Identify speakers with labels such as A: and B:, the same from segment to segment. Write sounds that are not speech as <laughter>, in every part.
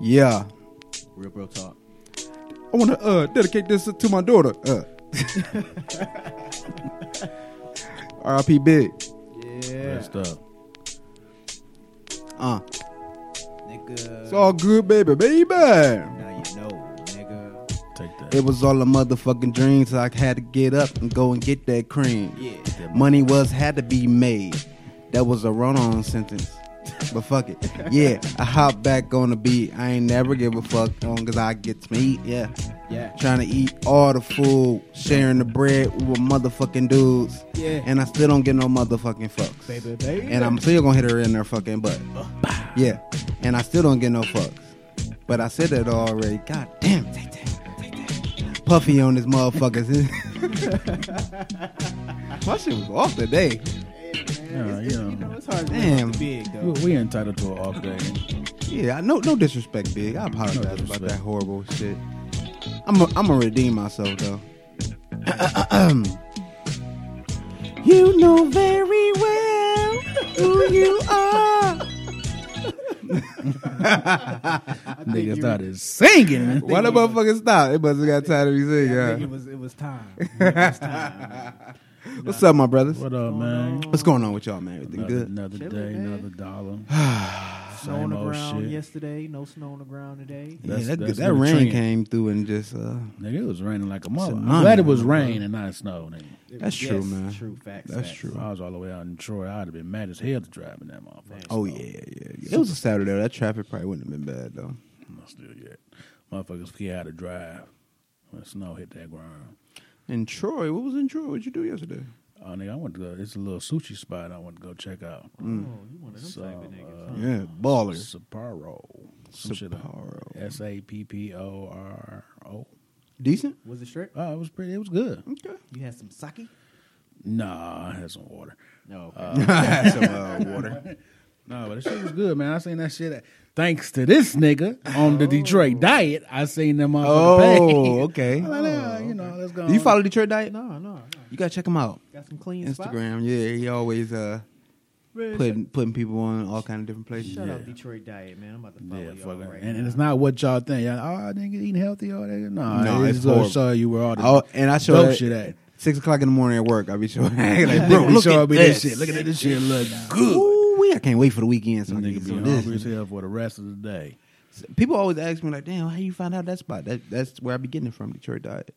A: Yeah.
B: Real bro talk.
A: I want to uh, dedicate this to my daughter. <laughs> Uh. R.I.P. Big.
B: Real
C: Yeah.
B: stuff.
A: Uh,
C: Nigga.
A: it's all good, baby, baby.
C: now you know, nigga.
B: Take that.
A: It was all a motherfucking dream, so I had to get up and go and get that cream.
C: Yeah.
A: Money was had to be made. That was a run on sentence. <laughs> But fuck it. Yeah, I hop back on the beat. I ain't never give a fuck long as I get to eat. Yeah.
C: Yeah.
A: Trying to eat all the food, sharing the bread with motherfucking dudes.
C: Yeah.
A: And I still don't get no motherfucking fucks.
C: Baby, baby.
A: And I'm still gonna hit her in her fucking butt. Yeah. And I still don't get no fucks. But I said that already. God damn. Take that. Take that. Puffy on this motherfuckers. <laughs> My shit was off today.
B: Yeah,
C: It's- it's-
B: you know.
C: you know, it's hard to
A: Damn.
C: Damn. big,
B: We,
C: though.
B: we entitled to an off day.
A: Yeah, I- no no disrespect, big. I apologize
B: No
A: about
B: disrespect.
A: that horrible shit. I'm a, I'm gonna redeem myself though. <clears throat> you know very well who you are.
B: Nigga started singing.
A: Why the motherfucker stop? It must have got tired of me singing.
C: I think
A: huh?
C: it was, it
A: <laughs>
C: was time. It was time.
A: What's up, my brothers?
B: What up, man?
A: What's going on with y'all, man? Everything
B: Another,
A: good?
B: another
C: Chilling,
B: day,
C: man.
B: another dollar.
C: Snow on
B: Same
C: the
B: old
C: ground
B: shit.
C: yesterday. No snow on the ground today.
A: Yeah,
B: That's-
A: that,
B: that's
A: that
B: been a
A: rain
B: trend.
A: came through and just uh,
B: Nigga, it was raining like a mother. I'm
A: Tsunami,
B: glad it was
A: man.
B: rain and not snow, nigga.
C: It-
A: That's
C: yes,
A: true, man.
C: True facts.
A: that's
C: facts.
A: true.
B: If I was all the way out in Troy, I'd have been mad as hell to drive in that motherfucker.
A: Oh yeah, yeah, yeah. It was a Saturday. though. That traffic probably wouldn't have been bad though.
B: No, Still yet. Motherfuckers forget how to drive when snow hit that ground.
A: In Troy, what was in Troy? What'd you do yesterday?
B: Oh, nigga, I went to go. It's a little sushi spot I went to go check out.
A: Mm.
C: Oh, you one of them
B: So,
C: type of niggas.
B: uh,
C: huh?
A: Yeah, ballers.
B: Sapporo. Some shit like-
A: Sapporo.
B: S A P P O R O.
A: Decent.
C: Was it straight?
B: Oh, it was pretty. It was good.
A: Okay.
C: You had some sake?
B: Nah, I had some water.
C: No.
A: Some uh, water.
B: No, but the shit was good, man. I seen that shit. at- thanks to this nigga on the Detroit diet, I seen them motherfucker
A: Oh, okay.
B: page. <laughs> I'm like, nah, you know, let's go.
A: Do you
B: on.
A: follow Detroit Diet?
C: no, no, no.
A: You gotta check him out.
C: Got some clean spots.
A: Instagram. Yeah, he always uh
C: Man,
A: putting putting people on all kind of different places.
C: Shut
B: Yeah.
C: up, Detroit diet, man. I'm about to follow
B: Yeah,
C: y'all
B: fucking,
C: right
B: and,
C: now.
B: and it's not what y'all think. Y'all, oh, nigga, eating healthy, all that. No,
A: No,
B: it's
A: it's
B: gonna
A: horrible.
B: show you where all the
A: Oh, and I show
B: dope
A: that-
B: shit at.
A: Six o'clock in the morning at work, I'll be sure. <laughs> like,
B: Bro,
A: bro, look
B: show
A: at
B: me
A: this.
B: this shit. Look at this shit. Look good.
A: Ooh, wee, I can't wait for the weekend. So I can
B: Nigga
A: get
B: be
A: some of
B: hungry as
A: this.
B: hell for the rest of the day.
A: People always ask me like, "Damn, how you find out that spot?" That, that's where I be getting it from, Detroit Diet.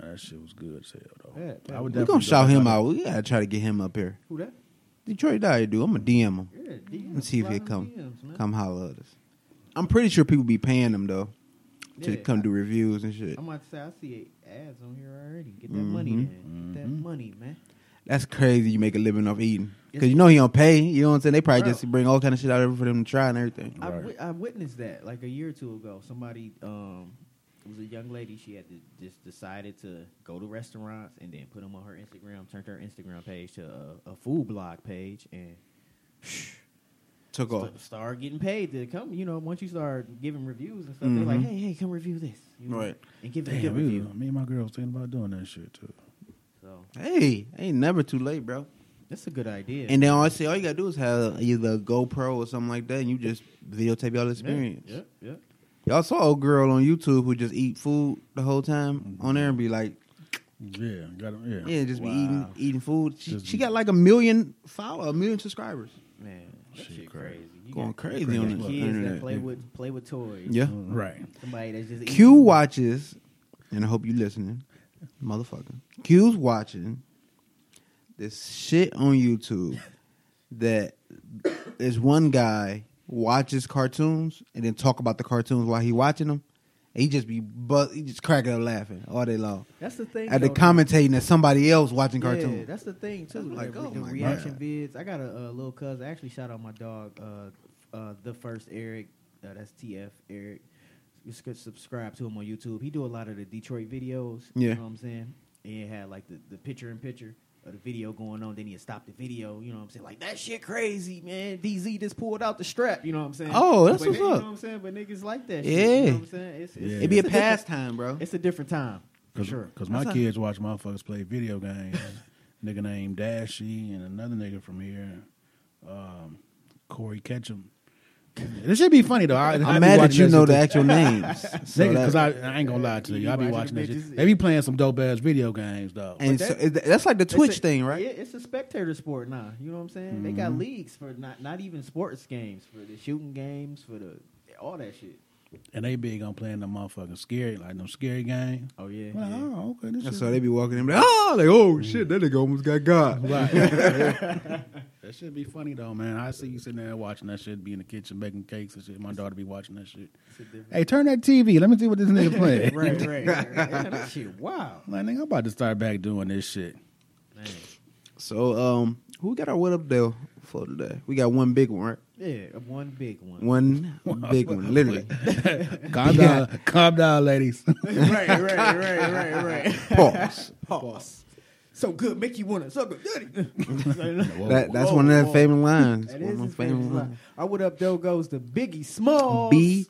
B: Nah, that shit was good as hell though.
C: Yeah, yeah.
B: I would
A: We
B: definitely
A: gonna shout
B: go
A: him
B: back.
A: out. We gotta try to get him up here.
C: Who that?
A: Detroit Diet, dude. I'm gonna DM him.
C: Yeah, DMs,
A: Let's see if
C: slide
A: he
C: them
A: come
C: DMs, man.
A: come holler at us. I'm pretty sure people be paying them though to
C: Yeah,
A: come do reviews and shit.
C: I'm about to say I see ads on here already. Get that money,
A: Mm-hmm.
C: then. Get that money, man.
A: That's crazy. You make a living off eating because
C: It's-
A: you know he don't pay. You know what I'm saying? They probably
C: Bro.
A: just bring all kind of shit out there for them to try and everything.
C: I,
B: Right.
C: wi- I witnessed that like a year or two ago. Somebody um, it was a young lady. She had to, just decided to go to restaurants and then put them on her Instagram. Turned her Instagram page to a, a food blog page and
A: Took off.
C: st- started getting paid to come. You know, once you start giving reviews and stuff, they're like,
A: Mhm.
C: "Hey, hey, come review this." You know,
A: Right.
C: And give it a
B: Damn,
C: good
B: we
C: review.
B: was- me and my girl was thinking about doing that shit too.
C: So
A: Hey, ain't never too late, bro.
C: that's a good idea.
A: And then I say all you gotta do is have either a GoPro or something like that, and you just videotape y'all experience.
C: Yeah, yeah. yeah.
A: Y'all saw old girl on YouTube who just eat food the whole time on there and be like,
B: Yeah, got him. Yeah,
A: yeah, just be eating
C: Wow.
A: eating food. She,
B: Just-
A: she got like a million followers, a million subscribers.
C: Man, that
B: Shit
C: shit,
B: crazy.
C: crazy. You
A: Going
C: got
A: crazy
B: on
C: kids
B: the
C: that
A: internet,
C: play
A: yeah.
C: with play with toys.
A: Yeah.
B: Right.
C: Somebody that's just
A: Q
C: eating.
A: watches, and I hope you listening, motherfucker. Q's watching this shit on YouTube that there's one guy watches cartoons and then talk about the cartoons while he watching them. And he just be but he just cracking up laughing all day long.
C: That's the thing.
A: At the
C: though.
A: commentating that somebody else watching
C: Yeah,
A: cartoons.
C: that's the thing too.
A: That's
C: Like,
A: like, oh
C: the
A: my
C: reaction
A: God.
C: vids. I got a, uh little cousin. I actually shout out my dog, uh, uh, the first Eric. Uh, that's TF Eric. You could subscribe to him on YouTube. He do a lot of the Detroit videos.
A: Yeah.
C: you know what I'm saying. And he had like the, the picture in picture of the video going on. Then he stop the video. You know what I'm saying? Like that shit crazy, man. DZ just pulled out the strap. You know what I'm saying?
A: Oh, that's
C: But
A: what's
C: you
A: up.
C: know what I'm saying? But niggas like that.
A: Yeah.
C: shit, you know what I'm saying. It's, it's,
B: Yeah.
A: It'd be a
C: it's different-
A: pastime, bro.
C: It's a different time. For
B: Cause,
C: sure.
B: 'cause my
A: That's how-
B: kids watch motherfuckers play video games. <laughs> nigga named Dashy and another nigga from here, um, Corey Ketchum. This should be funny though. I,
A: I'm mad that you know the
C: <laughs>
A: actual names. So
B: Nigga,
A: that-
B: because I, I ain't gonna lie to you. I be
C: You watching
B: watching that
C: the
B: shit.
C: bitches?
B: They be playing some dope ass video games though.
A: and
C: But
A: so
C: that-
A: is that- that's like the Twitch
C: It's a-
A: thing, right?
C: Yeah, it's a spectator sport now. You know what I'm saying? They got leagues for not not even sports games, for the shooting games, for the all that shit.
B: And they big on playing the motherfucking scary, like them scary games.
C: Oh yeah.
B: Like,
C: yeah.
B: oh, okay. This
A: And
B: shit.
A: so they be walking in, like, oh, like, oh shit, that nigga almost got God.
C: <laughs>
B: Right. that should be funny though, man. I see you sitting there watching that shit, be in the kitchen making cakes and shit. My daughter be watching that shit.
C: It's a different-
B: Hey, turn that TV. Let me see what
C: <laughs>
B: this nigga playing.
C: right, right, right. Yeah, that shit. Wow.
B: I'm Like, nigga, I'm about to start back doing this <laughs> shit.
C: Man.
A: So, um, who got our what up deal for today? We got one big one, right?
C: Yeah, one big one.
A: <laughs> One big one, literally.
B: Calm
A: Yeah.
B: down, calm down, <laughs> ladies.
C: <laughs> right, right, right, right, right.
A: Pause.
C: Pause. So good, <laughs> make you wanna suck a
B: Whoa.
C: goody.
A: That, that's
C: Whoa,
A: one of their
C: whoa.
A: favorite lines.
C: That
A: one
C: is
A: of my
C: his famous
A: favorite
C: line.
A: lines.
C: I would up though goes to Biggie Smalls.
A: B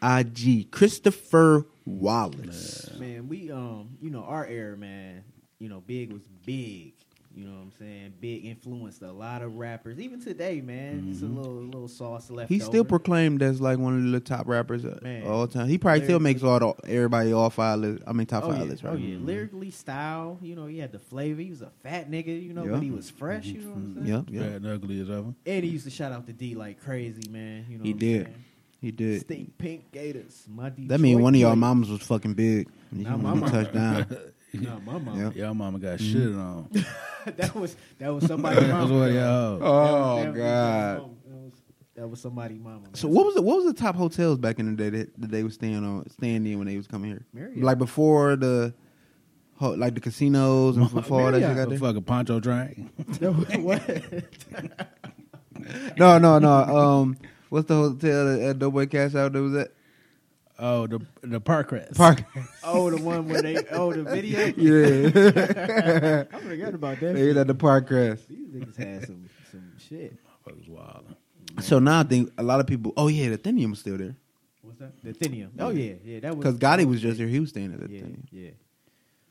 A: I G Christopher Wallace.
C: Man, we um, you know, our era, man, you know, Big was big. You know what I'm saying? Big influenced a lot of rappers. Even today, man, it's a little little sauce left.
A: Mm-hmm. He's still
C: over.
A: proclaimed as like one of the top rappers of
C: Man.
A: all time. He probably still makes all the everybody all five list. I mean top
C: oh,
A: five
C: yeah.
A: lists, right? Mm-hmm.
C: oh yeah, lyrically style. You know, he had the flavor. He was a fat nigga. You know,
A: Yeah. Mm-hmm.
C: but he was fresh. You know what I'm saying?
A: Yep,
B: Bad
A: yep.
B: and ugly as ever.
C: And he used to shout out the D like crazy, man. You know,
A: He
C: what I'm
A: did.
C: saying?
A: He did.
C: Stink pink gators. My
A: That mean one of y'all
C: Detroit
A: mamas was fucking big. You
C: Nah, my
A: when you
C: mama-
A: touched <laughs> down.
C: boy. Nah, my mama.
A: Yep.
B: Y'all mama got shit <laughs> on. That's
C: <laughs> that was
A: <laughs>
C: that was somebody's mama.
B: what y'all.
A: Oh
C: That was- that was- that was- That was somebody's mama. man.
A: So what was the, what was the top hotels back in the day that, that they was staying on staying in when they was coming here?
C: Marriott.
A: Like before the ho- like the casinos and before all that shit got
B: The
A: there.
B: fucking poncho drink.
C: <laughs>
A: <laughs>
C: That was- what?
A: No, no, no. Um, what's the hotel that, at Doughboy Cash Out that was at?
B: <laughs> Oh, the the park rats.
A: Park.
C: <laughs> Oh, the one where they oh the video.
A: yeah. <laughs>
C: I forgot about that.
A: they was
C: shit.
A: at the park rest.
C: These niggas had some some shit.
B: That was wild.
A: So now I think a lot of people, oh yeah, the Athenium was still there.
C: What's that? The Athenium. Oh yeah, yeah. That was
A: Because Gotti was just here. He was staying at the
C: Yeah,
A: Athenium.
C: yeah.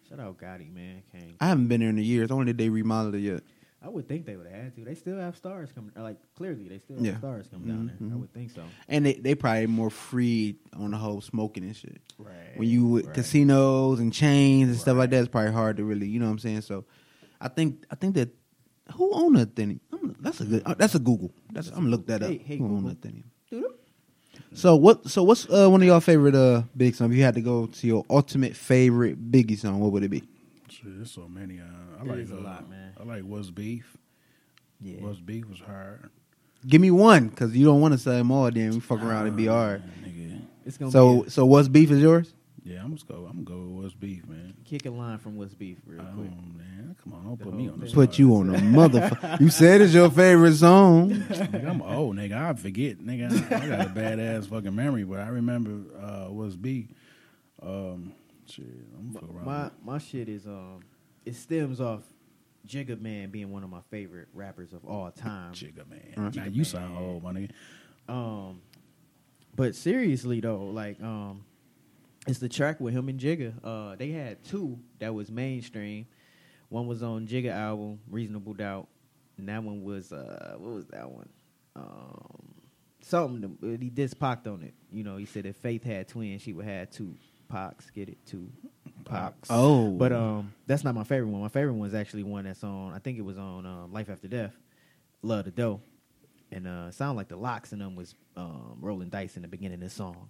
C: Shout out Gotti, man. Came.
A: I haven't been there in a year. It's only did they remodeled it yet.
C: I would think they would have had to. They still have stars coming. or, Like clearly, they still
A: Yeah.
C: have stars coming down there. I
A: Mhm.
C: would think so.
A: And they, they probably more free on the whole smoking and shit.
C: Right.
A: When you with
C: right.
A: casinos and chains and stuff like that, it's probably hard to really, you know what I'm saying? So I think I think that who owned the Athenium? I'm, that's a good uh, that's a Google. That's, I'm gonna look that up.
C: Hey, hey,
A: who owned
C: Google.
A: the Athenium?
C: Doo-doo.
A: So what? So what's uh, one of y'all favorite uh Biggie song? If you had to go to your ultimate favorite Biggie song, what would it be?
B: Shit, there's so many. Uh, I
C: There
B: like
C: is a
B: uh,
C: lot, man.
B: I like what's beef.
C: Yeah.
B: What's beef was hard.
A: Give me one, cause you don't want to say them all. Then we fuck around and be hard.
B: Ah, Nigga.
C: It's gonna
A: So
C: be
A: so what's beef is yours?
B: Yeah, I'm just go. I'm gonna go with what's beef, man.
C: a kick a line from What's Beef real
B: Oh
C: quick.
B: man, come on, don't
C: The
B: put me
C: whole
B: on the
C: thing.
A: Put you on a motherfucker. you said it's your favorite
C: <laughs>
A: song.
B: nigga, I'm old, nigga. I forget, nigga. I,
A: <laughs>
B: I got a badass fucking memory, but I remember uh, what's beef. Um, shit, I'm fucking around.
C: My my shit is um it stems off Jigga Man being one of my favorite rappers of all time.
B: Jigga man.
A: Huh?
B: Now
C: Jigga
B: you sound
C: man.
B: old, my nigga.
C: Um but seriously though, like um it's the track with him and Jigga. Uh they had two that was mainstream. One was on Jigga album, Reasonable Doubt, and that one was uh what was that one? Um something that- he dissed Pac on it. You know, he said if Faith had twins, she would have two Pox, get it two Pox.
A: Oh,
C: But um, that's not my favorite one. My favorite one's actually one that's on. I think it was on um, Life After Death, Love the Dough, and uh, sound like the locks in them was um, rolling dice in the beginning of
A: <laughs>
C: this song.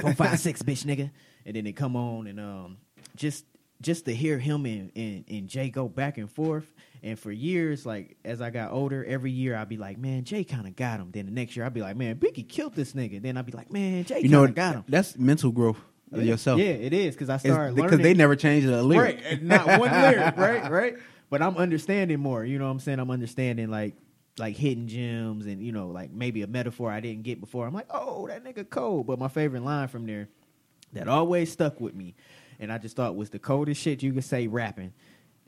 C: Four, five, six, bitch, nigga, and then they come on and um, just just to hear him and, and and Jay go back and forth. And for years, like as I got older, every year I'd be like, man, Jay kind of got him. Then the next year I'd be like, man, Biggie killed this nigga. Then I'd be like, man, Jay
A: you
C: kind
A: know
C: of got him.
A: that's mental growth of yourself.
C: Yeah, it is because I
A: It's-
C: started
A: because
C: learning-
A: they never changed the lyric.
C: Right, and not one lyric, right, right. But I'm understanding more. You know what I'm saying? I'm understanding like like hidden gems and you know like maybe a metaphor I didn't get before. I'm like, oh, that nigga cold. But my favorite line from there that always stuck with me, and I just thought was the coldest shit you could say rapping.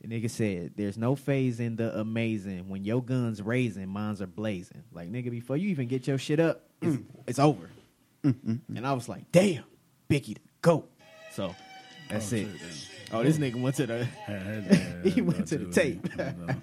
C: The nigga said, "There's no phase in the amazing. When your guns raising, mines are blazing. Like nigga, before you even get your shit up, it's, it's over." And I was like, "Damn, Biggie, the goat." So that's
B: Oh,
C: it.
B: shit,
C: Oh, this nigga went to the
A: <laughs>
B: yeah. Had- had- had-
C: He went
B: had
C: to the
B: two,
C: tape.
B: man.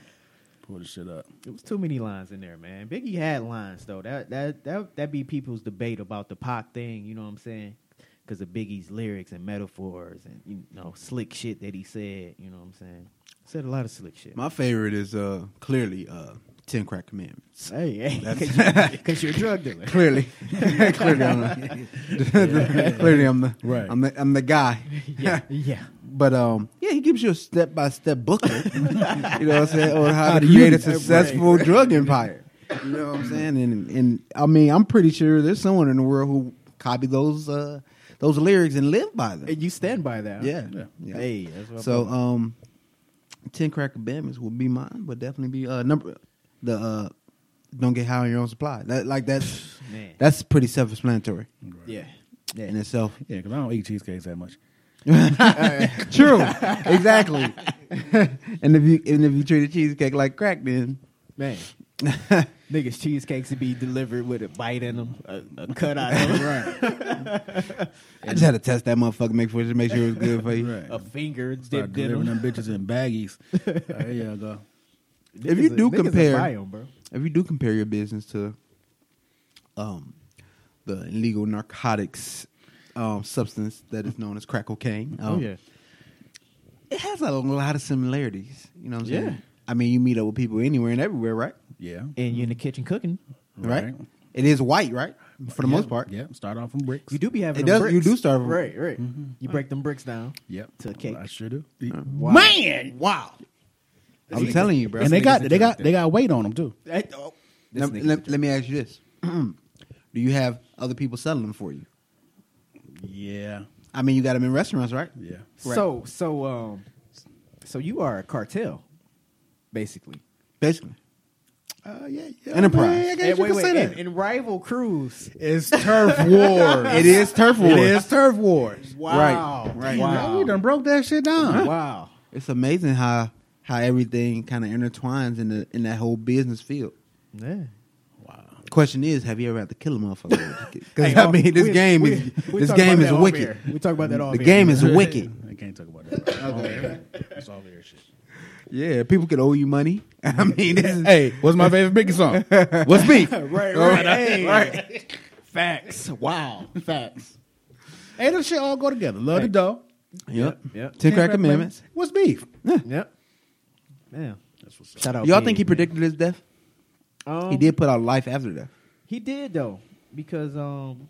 B: Pull the shit up.
C: It was too many lines in there, man. Biggie had lines though. That that that that be people's debate about the Pac thing. You know what I'm saying? Because of Biggie's lyrics and metaphors and you know slick shit that he said. You know what I'm saying? Said a lot of slick shit.
A: My favorite is uh, clearly uh, Ten Crack Commandments.
C: hey, <laughs> hey,
A: That's-
C: because you're a drug
A: <laughs>
C: dealer.
A: Clearly, <laughs> clearly, I'm the, clearly I'm the
B: Right.
A: I'm the, I'm the guy.
C: yeah, yeah.
A: <laughs> But um, yeah, he gives you a step by step
C: <laughs>
A: booklet. you know what I'm saying? On how to create a successful <laughs> drug empire. You know what I'm saying? And and I mean, I'm pretty sure there's someone in the world who copied those uh those lyrics and lived by them.
C: And you stand by that. huh?
A: Yeah.
B: Yeah.
A: yeah.
C: Hey, that's what
A: So
C: I'm
A: um, ten crack commandments will be mine, but definitely be uh number the uh don't get high on your own supply. That like that's
C: Man.
A: that's pretty self explanatory
B: Right.
C: yeah.
A: in itself.
B: Yeah, because I don't eat cheesecakes that much.
A: True, exactly. <laughs> and if you and if you treat a cheesecake like crack, then
C: Man, niggas cheesecakes to be delivered with a bite in them, a, a cut out of 'em,
B: Right.
A: I just had to test that motherfucker make sure to make sure it was good for you.
B: right.
C: a finger
B: Start
C: dipped in
B: delivering
C: 'em.
B: them
A: <laughs>
B: bitches in baggies. Uh, there you go.
A: If you
C: Niggas a-
A: do
C: niggas a
A: compare-
C: biome, bro.
A: If you do compare your business to um the illegal narcotics um substance that is known as crack cocaine,
C: Oh,
A: um, it has a lot of similarities. You know what I'm saying?
C: Yeah.
A: I mean, you meet up with people anywhere and everywhere, right?
B: Yeah.
C: and you're in the kitchen cooking.
A: Right. It is white, right? For the most part.
B: Yeah. Start off from bricks.
C: You do be having
A: It does-
C: them bricks.
A: you do Mm-hmm. starve 'em.
C: right, right. You break them bricks down.
B: Yep.
C: To a cake.
B: I sure do. Uh,
C: Wow.
B: Man. Wow.
A: I'm telling you, bro.
B: And they got they got they got weight on them too.
C: That- oh, this
A: Let,
C: nigga's a
A: let-
C: jerk.
A: let me ask you this: <clears throat> Do you have other people selling them for you?
B: Yeah.
A: I mean, you got them in restaurants, right?
B: Yeah.
C: So so um, so you are a cartel, basically.
A: Basically,
B: Uh, yeah. yeah
A: Enterprise.
B: man, I guess
C: And
B: you
C: wait,
B: can
C: wait,
B: say that.
C: and, and rival crews.
B: It's turf
A: <laughs>
B: wars.
A: it is turf war.
B: <laughs> It is turf wars.
C: Wow,
A: right.
C: wow,
B: We done broke that shit down.
C: wow.
A: It's amazing how how everything kind of intertwines in the in that whole business field.
C: Yeah.
B: Wow.
A: Question is, have you ever had to kill a motherfucker?
C: <laughs>
A: Because
C: Hey,
A: I
C: oh,
A: mean, this
C: we-
A: game
C: we-
A: is
C: we
A: this
C: talk about
A: game is
C: that off
A: wicked.
C: air. We talk about that all.
A: The game is wicked.
B: I can't talk about that. okay. It's all air shit.
A: <laughs> Yeah, people could owe you money. <laughs> I mean, this is,
B: Hey, what's my favorite Biggie <laughs> song? What's
A: <laughs>
B: beef?
C: <laughs> right, right, hey, right. Facts.
A: <laughs>
C: Wow. Facts.
B: Hey, them shit all go together. Love the dough.
A: yep.
C: Yep.
A: Ten crack commandments.
B: What's beef?
C: Yep. Yeah.
B: That's what's
C: Shout out.
A: Y'all think
C: Big,
A: he
C: man.
A: predicted his death?
C: Um,
A: He did put out life after death.
C: He did though, because um,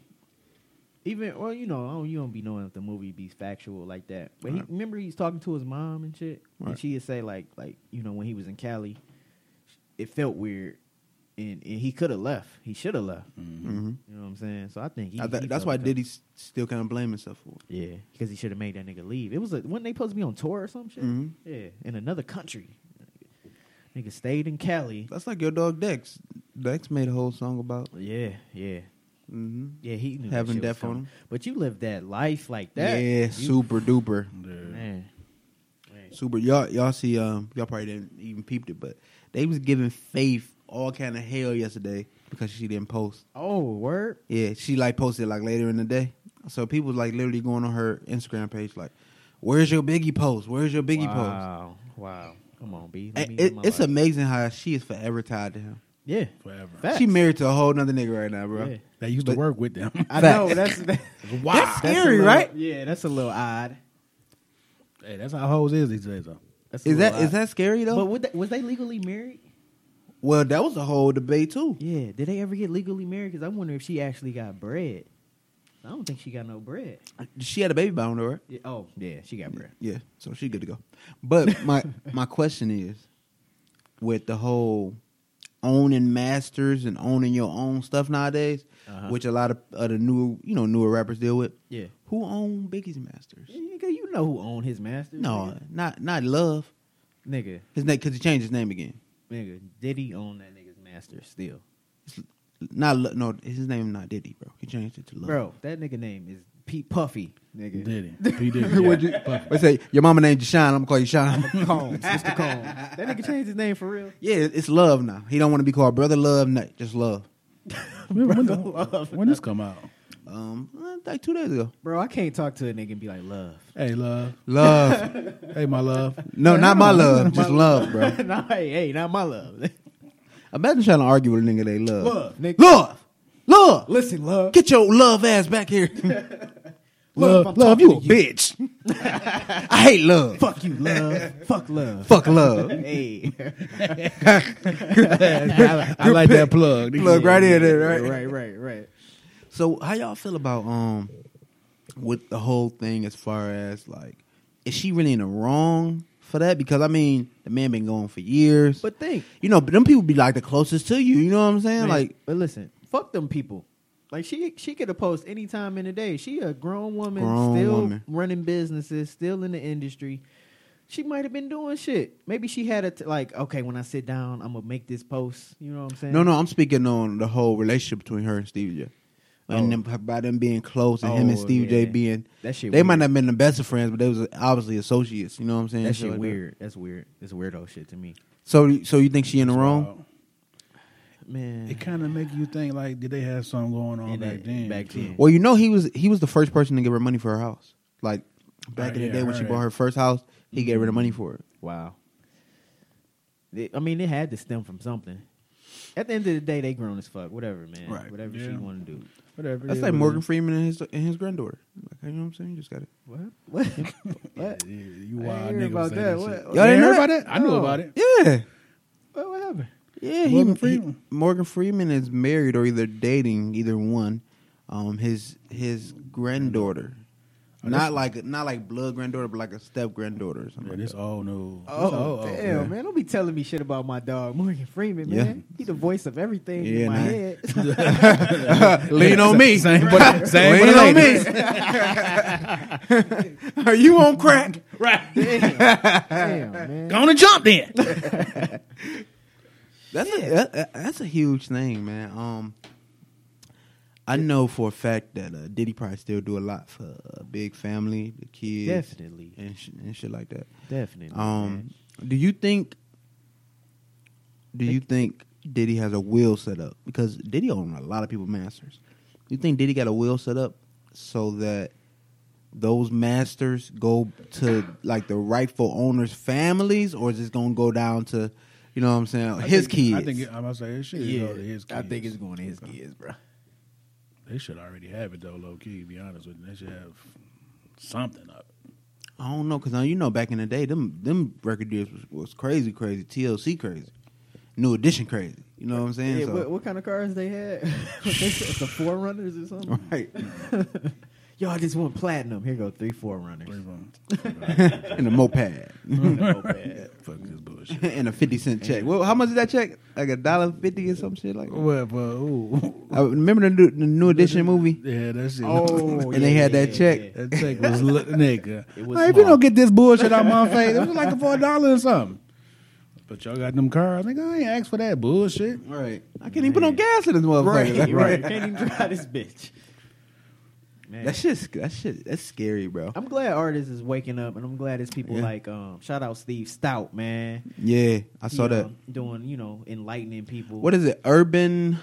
C: even well, you know, oh, you don't be knowing if the movie be factual like that. But he remember he's talking to his mom and shit,
A: Right.
C: and she would say like, like you know, when he was in Cali, it felt weird, and, and he could have left. He should have left.
A: Mm-hmm.
C: You know what I'm saying? So I think he,
A: I th-
C: he
A: that's
C: felt
A: why
C: it
A: Diddy
C: coming.
A: s- still kind of blame himself for it.
C: Yeah, because he should have made that nigga leave. It was a, when they supposed to be on tour or some shit.
A: Mhm.
C: Yeah, in another country. Nigga stayed in Cali.
A: That's like your dog Dex. Dex made a whole song about
C: Yeah, yeah,
A: hmm
C: yeah. He knew that
A: Having
C: shit was
A: death on
C: coming.
A: him.
C: But you lived that life like that.
A: yeah,
C: You-
A: super duper,
C: Man.
A: super. Y'all, y'all see, um, y'all probably didn't even peeped it, but they was giving Faith all kind of hell yesterday because she didn't post.
C: Oh, word.
A: Yeah, she like posted like later in the day, so people was like literally going on her Instagram page like, "Where's your Biggie post? Where's your Biggie post?"
C: wow. Wow. Come on, B. Let
A: A-
C: me
A: it-
C: live my
A: it's
C: life.
A: amazing how she is forever tied to him.
C: yeah.
B: forever.
C: Facts.
A: She married to a whole nother nigga right now, bro.
C: Yeah.
B: They used
A: But-
B: to work with <laughs> them.
A: Facts.
C: I know <laughs> that's that,
B: wow.
A: That's <laughs>
C: that's a
A: Scary,
C: little-
A: right?
C: Yeah, that's a little odd.
B: hey, that's how hoes is these days, though.
C: That's a
A: Is
C: little
A: that is
C: odd.
A: that scary though?
C: But would they, was they legally married?
A: well, that was a whole debate too.
C: Yeah. Did they ever get legally married? Because I wonder if she actually got bread. I don't think she got no bread.
A: She had a baby by him, though, right?
C: Yeah, oh, yeah, she got bread.
A: Yeah, so she good to go.
C: <laughs>
A: But my my question is, with the whole owning masters and owning your own stuff nowadays,
C: Uh-huh.
A: which a lot of uh, the new you know newer rappers deal with,
C: Yeah.
A: who own Biggie's masters?
C: Yeah, Nigga, you know who owned his master?
A: No, not not Love.
C: Nigga,
A: His name because he changed his name again.
C: nigga, Diddy owned that nigga's master still.
A: Not Lo- no, his name not Diddy, bro. He changed it to Love.
C: Bro, that nigga name is Pete Puffy, nigga.
B: Did <laughs> he? He did.
A: Would you- I say your mama named you Shine. I'm gonna call you Shine. <laughs>
C: Combs, Mr. Combs. That nigga changed his name for real.
A: yeah, it's Love now. He don't want to be called Brother Love. No, just Love.
B: <laughs> When, when the-
C: Love.
B: when this come out?
A: um, like two days ago.
C: Bro, I can't talk to a nigga and be like, love.
B: Hey, love.
A: Love.
B: Hey, my love.
A: <laughs> no, not my love. Just love, bro.
C: <laughs> nah, hey, hey, not my love.
A: Imagine trying to argue with a nigga they love.
C: Love, <laughs> nigga.
A: Love. Love.
C: Listen, love.
A: Get your love ass back here.
C: Love, I'm
A: love, love you a
C: talking to you.
A: bitch. <laughs> I hate love.
C: Fuck you,
B: <laughs>
C: love. Fuck love.
A: Fuck love.
C: <laughs> Hey.
B: I like that plug.
A: Plug right in there, right?
C: right, right, right.
A: So how y'all feel about um with the whole thing as far as like is she really in the wrong for that? Because I mean, the man been going for years.
C: But think,
A: you know, but them people be like the closest to you, you know what I'm saying?
C: man,
A: Like
C: but listen, fuck them people. Like she, she could have posted any time in the day. She a grown woman,
A: Grown
C: still
A: woman.
C: running businesses, still in the industry. She might have been doing shit. Maybe she had a t- like, okay, when I sit down, I'm gonna make this post. You know what I'm saying?
A: No, no, I'm speaking on the whole relationship between her and Stevie J. And
C: Oh.
A: them, by them being close and him and
C: Oh,
A: Stevie J
C: yeah.
A: being
C: That shit.
A: they
C: weird.
A: might not have been the best of friends, but they was obviously associates, you know what I'm saying?
C: That
A: Shit
C: shit
A: like
C: weird. That's weird. It's weirdo shit to me,
A: So so you think she in the wrong?
C: man.
B: It kind of make you think like, did they have something going on
C: In
B: back
C: that-
B: then?
C: back
B: too?
C: then.
A: Well, you know he was he was the first person to give her money for her house. Like back
B: Right,
A: in the
B: yeah,
A: day when
B: I
A: she
B: heard
A: bought
B: it.
A: her first house, he gave her the money for it.
C: Wow. They- I mean, it had to stem from something. At the end of the day, they grown as fuck. Whatever, man.
B: Right.
C: Whatever she
B: Yeah.
C: want to do.
B: Whatever. it
A: That's
B: is,
A: like
B: what it
A: Morgan
B: is.
A: Freeman and his and his granddaughter. Like, you know what I'm saying? You just got it.
C: What? <laughs> What?
B: Yeah,
C: what?
B: yeah, you
C: I
B: wild
C: hear
B: niggas
C: about
B: say
C: that.
B: that.
C: What- what-
B: shit.
C: Oh.
A: Y'all didn't
B: hear
A: know
B: about
A: that?
B: it? I knew
C: No.
B: about it.
A: Yeah,
C: What, what happened?
A: yeah.
B: Morgan
A: he,
B: Freeman.
A: he- Morgan Freeman is married or either dating either one. Um, his his granddaughter,
B: Oh,
A: not
B: that's-
A: like not like blood granddaughter, but like a step granddaughter or something.
B: Yeah,
A: like
B: this
A: that.
B: old news. This
C: Oh,
B: old, old,
C: damn,
B: yeah.
C: man! Don't be telling me shit about my dog Morgan Freeman,
A: Yeah.
C: man. He the voice of everything
A: Yeah,
C: in my
A: nah. <laughs>
C: <laughs> head.
A: Lean on me.
B: Same for- <laughs> same for the ladies.
A: me. <laughs> Are you on crack?
B: Right.
C: damn, damn,
A: <laughs>
C: man.
B: Gonna jump then.
A: That's a that, that's a huge thing, man. Um, I know for a fact that uh, Diddy probably still do a lot for a big family, the kids,
C: Definitely,
A: and sh- and shit like that.
C: definitely.
A: Um,
C: man.
A: do you think? Do you think Diddy has a will set up? Because Diddy own a lot of people masters. You think Diddy got a will set up so that those masters go to like the rightful owners' families, or is this gonna go down to, you know what I'm saying,
B: I
A: his
B: think,
A: kids?
B: I think it- I'm about to say it should
C: yeah,
B: go to his
C: I
B: kids.
C: think it's going to his kids, bro.
B: They should already have it though, low key. To be honest with you, they should have something up.
A: I don't know, cause now you know back in the day, them them record deals was, was crazy, crazy, TLC crazy, New Edition crazy. You know what I'm saying?
C: Yeah,
A: so,
C: what, what kind of cars they had? <laughs> the Forerunners or something?
A: right <laughs>
C: <laughs> Yo, I just want platinum. Here go three Forerunners. <laughs>
B: Three months.
A: in a moped. <laughs>
B: <laughs> Fuck this bullshit.
A: and a fifty cent check. Well, how much is that check? Like a dollar fifty or some shit like. That?
B: Well, but ooh.
A: I remember the new, the new edition movie.
B: Yeah, that shit. <laughs>
C: Oh,
A: And they
C: yeah,
A: had that
C: yeah,
A: check.
C: yeah.
B: that check was li- nigga.
C: It was
B: Like, if you
C: small.
B: don't get this bullshit out my face, it was like for a dollar or something. But y'all got them cars, nigga. I ain't asked for that bullshit.
A: Right. I can't even put no gas in this motherfucker. <laughs>
C: Right,
A: Like,
C: right. Can't even drive this bitch. Man,
A: That shit's that shit. That's scary, bro.
C: I'm glad artists is waking up, and I'm glad it's people
A: Yeah.
C: like um, shout out Steve Stout, man.
A: Yeah, I saw
C: You
A: that.
C: know, doing you know enlightening people.
A: What is it? Urban.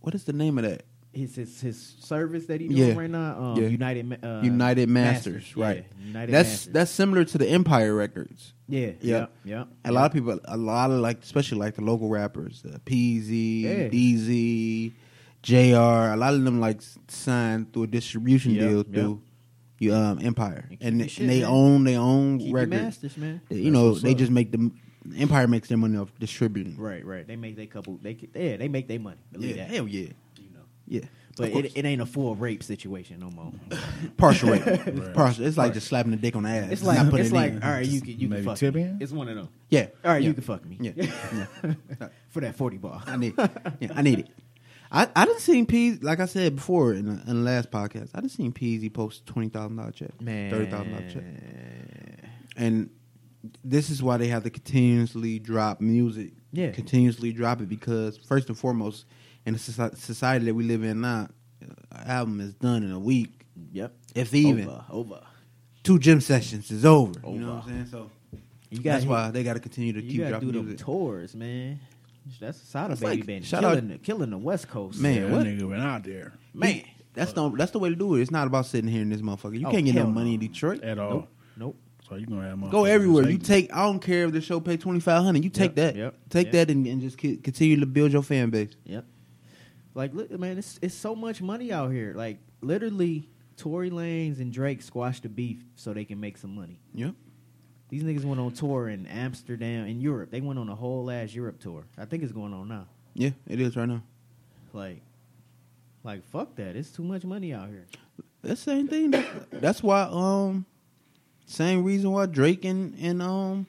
A: What is the name of that?
C: his his, his service that he doing
A: Yeah.
C: right now? Um,
A: Yeah.
C: United Ma- uh,
A: United Masters, right?
C: Yeah, United
A: that's
C: Masters.
A: that's similar to the Empire Records.
C: yeah, yeah, yeah.
A: A lot of people, a lot of like, especially like the local rappers, uh, PZ,
C: Yeah.
A: DZ, JR. A lot of them like s- signed through a distribution
C: Yep,
A: deal
C: yep.
A: through you um, Empire,
C: And keep
A: and,
C: your
A: and
C: shit,
A: they
C: man.
A: own their own
C: Keep your
A: records.
C: masters, man.
A: They- You
B: That's
A: know,
B: what's
A: they
B: up.
A: just make them. Empire makes their money off distributing.
C: Right, right. They make they couple. They c- yeah, they make their money. Believe
A: Yeah.
C: that.
A: Hell yeah.
C: You know.
A: Yeah.
C: But
A: Of course.
C: it, it ain't a full rape situation
A: <laughs>
C: no more.
A: partial
C: <laughs>
A: rape.
B: Right.
A: Partial. It's like just slapping the dick on the ass.
C: It's
A: Not
C: like
A: putting
C: it's
A: it
C: like
A: in.
C: all right, you
B: Just
C: can you can
B: maybe
C: fuck
B: tip
C: me.
B: in?
C: It's one of them.
A: yeah.
C: All right,
A: yeah.
C: you can fuck me. <laughs>
A: Yeah. yeah.
C: for that forty ball.
A: I need, yeah, I need it. I I didn't seen Peasy like I said before in the, in the last podcast. I didn't seen Peasy post twenty thousand dollar check,
C: Man,
A: thirty thousand dollar check, and this is why they have to continuously drop music.
C: Yeah.
A: continuously drop it because first and foremost, in the soci- society that we live in now, an album is done in a week,
C: Yep.
A: if even.
C: over, over.
A: Two gym sessions is over. You know
C: Over.
A: what I'm saying? So
C: You got
A: that's why they got to continue to
C: you
A: keep
C: got to
A: dropping
C: do them
A: music.
C: tours, man. That's Sada
A: That's
C: baby
A: like-
C: been
A: shout
C: killing the, killing the West Coast,
A: Man,
B: Yeah,
A: what?
B: that nigga went out there.
C: man.
A: That's the that's the way to do it. It's not about sitting here in this motherfucker. You
C: Oh,
A: can't get no
C: hell
A: money
C: no.
A: in Detroit.
B: at all.
C: Nope. Nope.
B: So you gonna have
A: Go
B: motherfuckers
A: everywhere.
B: just
A: You
B: hating.
A: take. I don't care if the show pay twenty five hundred. You take
C: Yep,
A: that.
C: yep,
A: Take
C: yep.
A: that and, and just c- continue to build your fan base.
C: Yep. Like, look, man, it's it's so much money out here. Like, literally, Tory Lanez and Drake squashed the beef so they can make some money.
A: Yep.
C: These niggas went on tour in Amsterdam in Europe. They went on a whole ass Europe tour. I think it's going on now.
A: Yeah, it is right now.
C: Like, like fuck that. It's too much money out here.
A: That's the same thing. That, that's why. Um, same reason why Drake and and um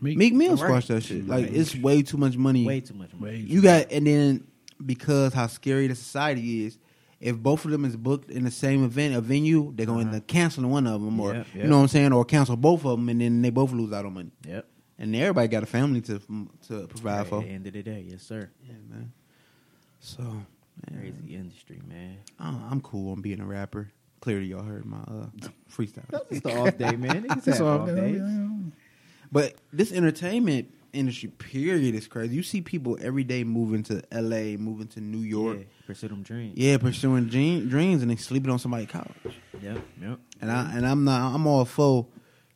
B: Meek-
A: Meek Mill
C: Right.
A: squashed that shit. Like
B: Right.
A: it's way too much money.
C: Way too much money.
B: Way
A: You got and then because how scary the society is, if both of them is booked in the same event, a venue, they're going to cancel one of them, or
C: Uh-huh. Yep,
A: you
C: yep.
A: know what I'm saying, or cancel both of them, and then they both lose out on money.
C: Yep.
A: And everybody got a family to to provide
C: Right,
A: for.
C: at the end of the day, yes, sir.
A: Yeah, man. So, man,
C: Crazy industry, man.
A: I don't know, I'm cool on being a rapper. Clearly, y'all heard my uh, freestyle.
C: That's just the off day, man. <laughs> Niggas
B: It's
C: have
B: all
C: off
B: that-
C: days.
A: But this entertainment industry period is crazy. You see people every day moving to L.A., moving to New York.
C: Yeah, pursue them dreams.
A: Yeah, pursuing dream, dreams and then sleeping on somebody's couch.
C: Yep. Yep.
A: And I and I'm not. I'm all for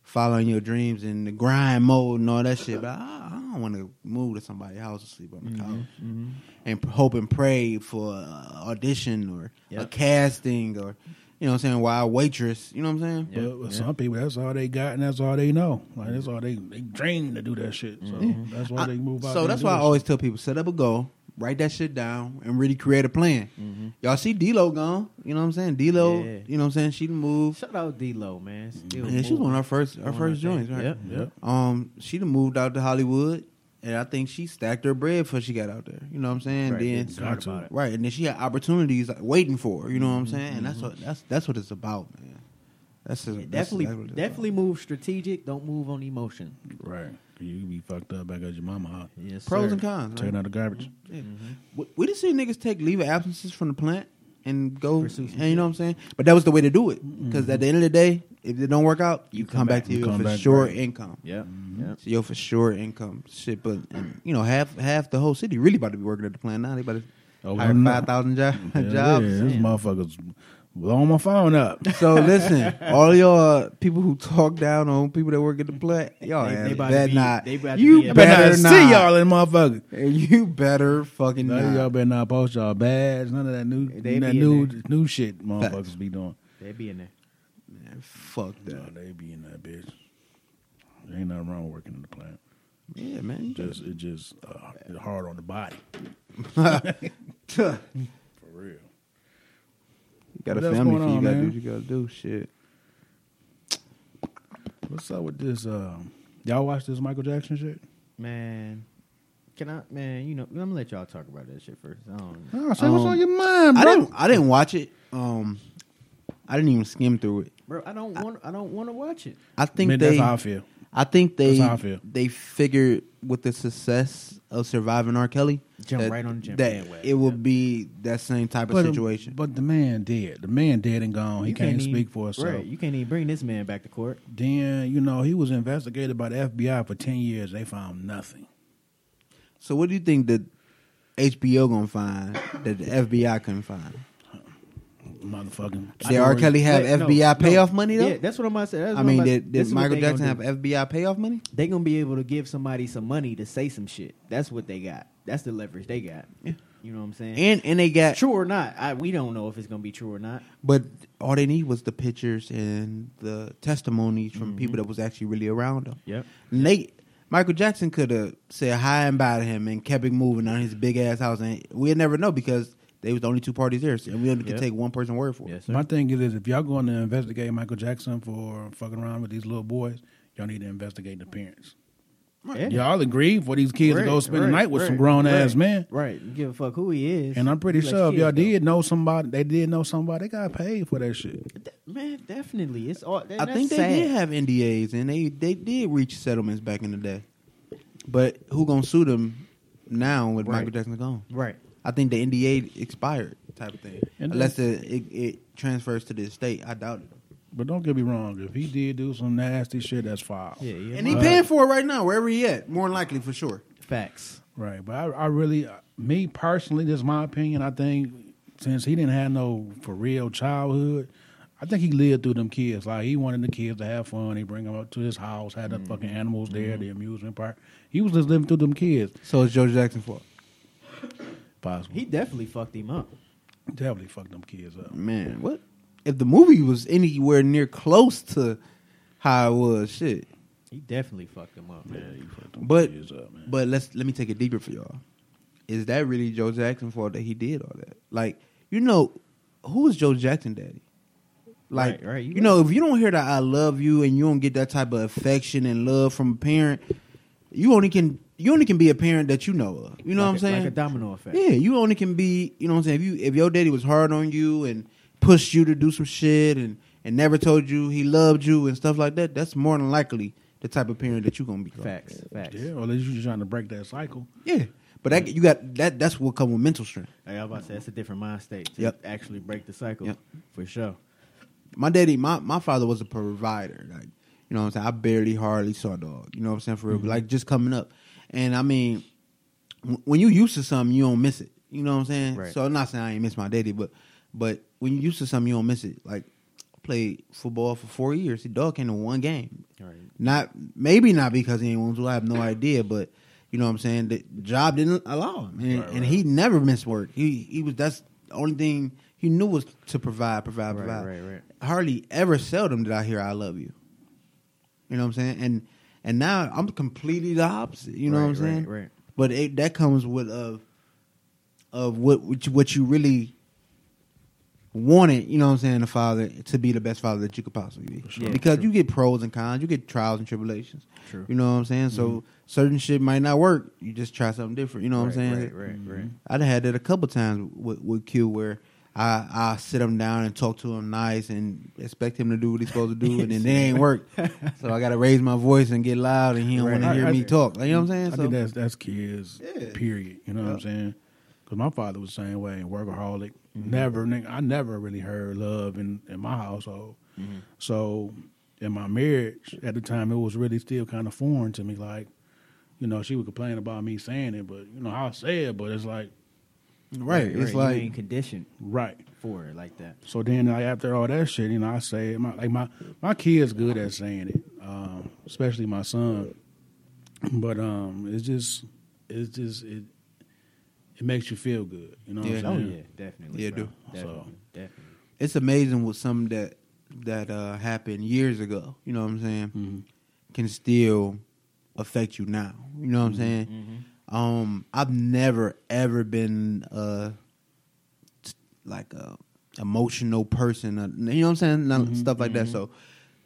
A: following your dreams and the grind mode and all that shit. But I, I don't want to move to somebody's house and sleep on the couch
C: Mm-hmm,
A: and p- hope and pray for a audition or a
C: Yep.
A: casting or you know what I'm saying. Why a waitress? You know what I'm saying.
B: But
C: Yeah,
B: with
C: yeah.
B: some people, that's all they got, and that's all they know. Like that's all they they dream to do that shit. So that's
A: Mm-hmm.
B: why
A: I-
B: they move out.
A: so
B: there
A: that's
B: and do
A: why I
B: that
A: always tell people set up a goal, write that shit down, and really create a plan. Y'all see D-Lo gone. You know what I'm saying. D-Lo.
C: Mm-hmm. Yeah.
A: You know what I'm saying. She moved.
C: Shout out D Lo, man. Still
A: Yeah, she was
C: moving.
A: one of our first our
C: Doing
A: first
C: her thing.
A: joints, right?
C: Yep.
B: shit. Yep.
A: Um, she done moved out to Hollywood, and I think she stacked her bread before she got out there. You know what I'm saying?
C: Right,
A: Then
C: didn't start about it.
A: right, and then she had opportunities like, waiting for her. You know what I'm saying? And that's what that's that's what it's about, man. That's,
C: Yeah,
A: that's
C: definitely,
A: that's what it's
C: definitely move strategic. Don't move on emotion.
B: Right. You be fucked up back at your mama house.
A: about.
C: Yes,
A: pros
C: sir. Mm-hmm.
A: and cons.
B: Taking
A: right?
B: out the garbage.
A: Yeah. We, we just see niggas take leave of absences from the plant and go,
C: Pursue some
A: and you know what I'm saying. But that was the way to do it because at the end of the day, if it don't work out, Mm-hmm. you, come, back, to
B: You
A: your
B: come
A: for
B: back,
A: sure
B: right.
A: income.
C: Yep. Yep.
A: So yo, for sure, income shit, but and, you know, half half the whole city really about to be working at the plant now. They about to
B: Oh,
A: hire
B: I know.
A: five thousand jo-
B: Yeah,
A: jobs.
B: yeah, These motherfuckers blowing my phone
A: <laughs>
B: up.
A: So listen, all y'all people who talk down on people that work at the plant, y'all
C: They- they
A: have-
C: about to
A: better
C: be-
A: not.
C: they about to
A: you
C: be
B: I
C: at-
A: better
B: better
A: not.
B: not see y'all in motherfucker.
A: You better fucking
B: None of y'all
A: not.
B: better not post y'all badge. None of that new
C: They
B: that
C: be in
B: new
C: there.
B: new shit motherfuckers
A: Facts.
B: be doing.
C: They be in there.
A: Man, fuck
B: No,
A: that.
B: they be in that bitch. There ain't nothing wrong with working in the plant.
A: Yeah, man. you
B: Just it just uh, it's hard on the body.
A: <laughs> gotta-
B: For real.
A: You got a
B: What else
A: family
B: going
A: for you.
B: on,
A: Gotta do
B: man?
A: what you gotta do. Shit.
B: What's up with this? Um, y'all watch this Michael Jackson shit?
C: Man, can I? Man, you know, I'm gonna let y'all talk about that shit first. I don't,
B: Oh,
A: say what's Um, on your
B: mind,
A: I didn't. I didn't watch it. Um, I didn't even skim through it.
C: bro, I don't want. I don't want to watch it.
A: I think
B: Man,
A: they.
B: that's how I feel.
A: I think they
B: That's how I feel.
A: they figured with the success of surviving R. Kelly,
C: Jump
A: that,
C: right on the jump
A: that
C: bandwagon,
A: it will
C: yeah.
A: be that same type of
B: But, um,
C: um,
A: situation.
B: but the man dead. The man dead and
A: Oh,
B: gone. He
C: You
B: can't,
C: even-
B: speak for himself.
C: Right, you can't even bring this man back to court.
B: Then you know he was investigated by the FBI for ten years. They found nothing.
A: so, what do you think that HBO gonna find that the FBI couldn't find?
B: Motherfucking.
A: Did R.
B: stories.
A: Kelly have
C: Wait, no,
A: FBI
C: no.
A: payoff money though?
C: Yeah, that's what I'm about to say. That's
A: I
C: what I'm
A: mean,
C: about to-
A: did,
C: this
A: did
C: is what
A: Michael
C: they gonna
A: Jackson have
C: do.
A: FBI payoff money?
C: they gonna be able to give somebody some money to say some shit. That's what they got. That's the leverage they got.
A: Yeah.
C: You know what I'm saying?
A: And and they got
C: true or not, I, we don't know if it's gonna be true or not.
A: But all they need was the pictures and the testimonies
C: Mm-hmm.
A: from people that was actually really around them.
C: Yep.
A: And they Michael Jackson could have said hi and bye to him and kept it moving on his big ass house, and we'll never know because they was the only two parties there, and we only could
C: Yep.
A: take one person word for it.
C: Yes, sir.
B: My thing is, if y'all going to investigate Michael Jackson for fucking around with these little boys, y'all need to investigate the parents.
C: Yeah.
B: Y'all agree for these kids to go spend the night with some grown ass
C: right,
B: men.
C: Right. You give a fuck who he is.
B: And I'm pretty
C: You let
B: sure if
C: kids
B: y'all
C: go.
B: did know somebody, they did know somebody, they got paid for that shit.
C: Th- Man, definitely. It's all. and
A: I
C: that's
A: think they
C: sad.
A: did have NDAs and they they did reach settlements back in the day, but who gonna sue them now with
C: Right.
A: Michael Jackson gone?
C: Right.
A: I think the NDA expired type of thing,
B: And
A: unless it, it, it transfers to the estate. I doubt it.
B: But don't get me wrong, if he did do some nasty shit, that's foul.
C: Yeah. yeah
A: And he
B: Right.
A: paying for it right now, wherever he at. More than likely, for sure.
C: facts.
B: uh, Right. But I, I really, me personally, this is my opinion. I think since he didn't have no for real childhood, I think he lived through them kids. Like he wanted the kids to have fun. He bring them up to his house, had the
C: Mm-hmm.
B: fucking animals there, the amusement park. He was just living through them kids.
A: So it's Joe Jackson's fault.
B: Possible.
C: He definitely fucked him up.
B: definitely fucked them kids up.
A: Man, what if the movie was anywhere near close to how it was? Shit.
C: He definitely fucked him up.
B: Yeah, he fucked them
A: But-
B: kids up, man.
A: But let's let me take it deeper for y'all. Is that really Joe Jackson's fault that he did all that? Like, you know, who was Joe Jackson daddy? Like,
C: Right, right, you
A: you, know, if you don't hear that "I love you" and you don't get that type of affection and love from a parent, you only can you only can be a parent that you know of. You know what
C: Like
A: I'm
C: a-
A: saying?
C: Like a domino effect.
A: Yeah, you only can be, you know what I'm saying? If you if your daddy was hard on you and pushed you to do some shit and and never told you he loved you and stuff like that, that's more than likely the type of parent that you're gonna be.
C: Facts. Facts.
B: yeah, or at least you just trying to break that cycle.
A: Yeah. But that, you got that that's what come with mental strength.
C: Like I was about to say, that's a different mind state to
A: Yep.
C: actually break the cycle
A: Yep.
C: for sure.
A: My daddy, my, my father was a provider. Like, you know what I'm saying? I barely hardly saw dog. You know what I'm saying? For real. But like just coming up. And I mean, w- when you used to something, you don't miss it. You know what I'm saying?
C: Right.
A: So I'm not saying I ain't miss my daddy, but but when you used to something, you don't miss it. Like I played football for four years. The dog came to one game.
C: Right.
A: Not maybe not because he didn't want to. I have no idea, but you know what I'm saying. The job didn't allow him, and,
B: Right,
A: and
B: right.
A: he never missed work. He he was that's the only thing he knew was to provide, provide,
C: Right,
A: provide.
C: right, right.
A: Hardly ever seldom did I hear "I love you." You know what I'm saying? And and now I'm completely the opposite. You know
C: Right,
A: what I'm
C: right,
A: saying?
C: right.
A: But it, that comes with of of what what you, what you really wanted. You know what I'm saying? The father to be the best father that you could possibly be,
C: sure. Yeah,
A: because
C: true.
A: you get pros and cons, you get trials and tribulations.
C: True.
A: You know what I'm saying?
C: Mm-hmm.
A: So certain shit might not work. You just try something different. You know what
C: right,
A: I'm saying? Mm-hmm.
C: Right, right, right.
A: I'd had that a couple times with, with Q where I I sit him down and talk to him nice and expect him to do what he's supposed to do and then it ain't
C: <laughs>
A: work. So I gotta raise my voice and get loud and he don't
C: Right.
A: want to hear
B: I- I-
A: me talk. Like, you know what
B: I
A: I'm saying? So,
B: think that's that's kids.
A: Yeah.
B: Period. You know what I'm saying? Because my father was the same way, workaholic. Never, nigga, I never really heard love in in my household. So in my marriage at the time, it was really still kind of foreign to me. Like, you know, she would complain about me saying it, but you know, I say it, but it's like
A: right. It's
C: You
A: like
C: ain't conditioned
B: right.
C: for it like that.
B: So then, like after all that shit, you know, I say it. My, like my my kid's good at saying it, um, especially my son. But um, it's just it's just it it makes you feel good. You know
A: Yeah.
B: what
C: Oh
B: I'm
C: yeah,
B: saying?
C: definitely.
A: Yeah,
C: bro.
A: do.
C: Definitely,
B: So-
C: definitely.
A: it's amazing what some that that uh happened years ago, you know what I'm saying,
C: Mm-hmm.
A: can still affect you now. You know what
C: Mm-hmm,
A: I'm saying? Um I've never ever been uh t- like a emotional person, uh, you know what I'm saying? Not-
C: Mm-hmm,
A: Stuff like that. So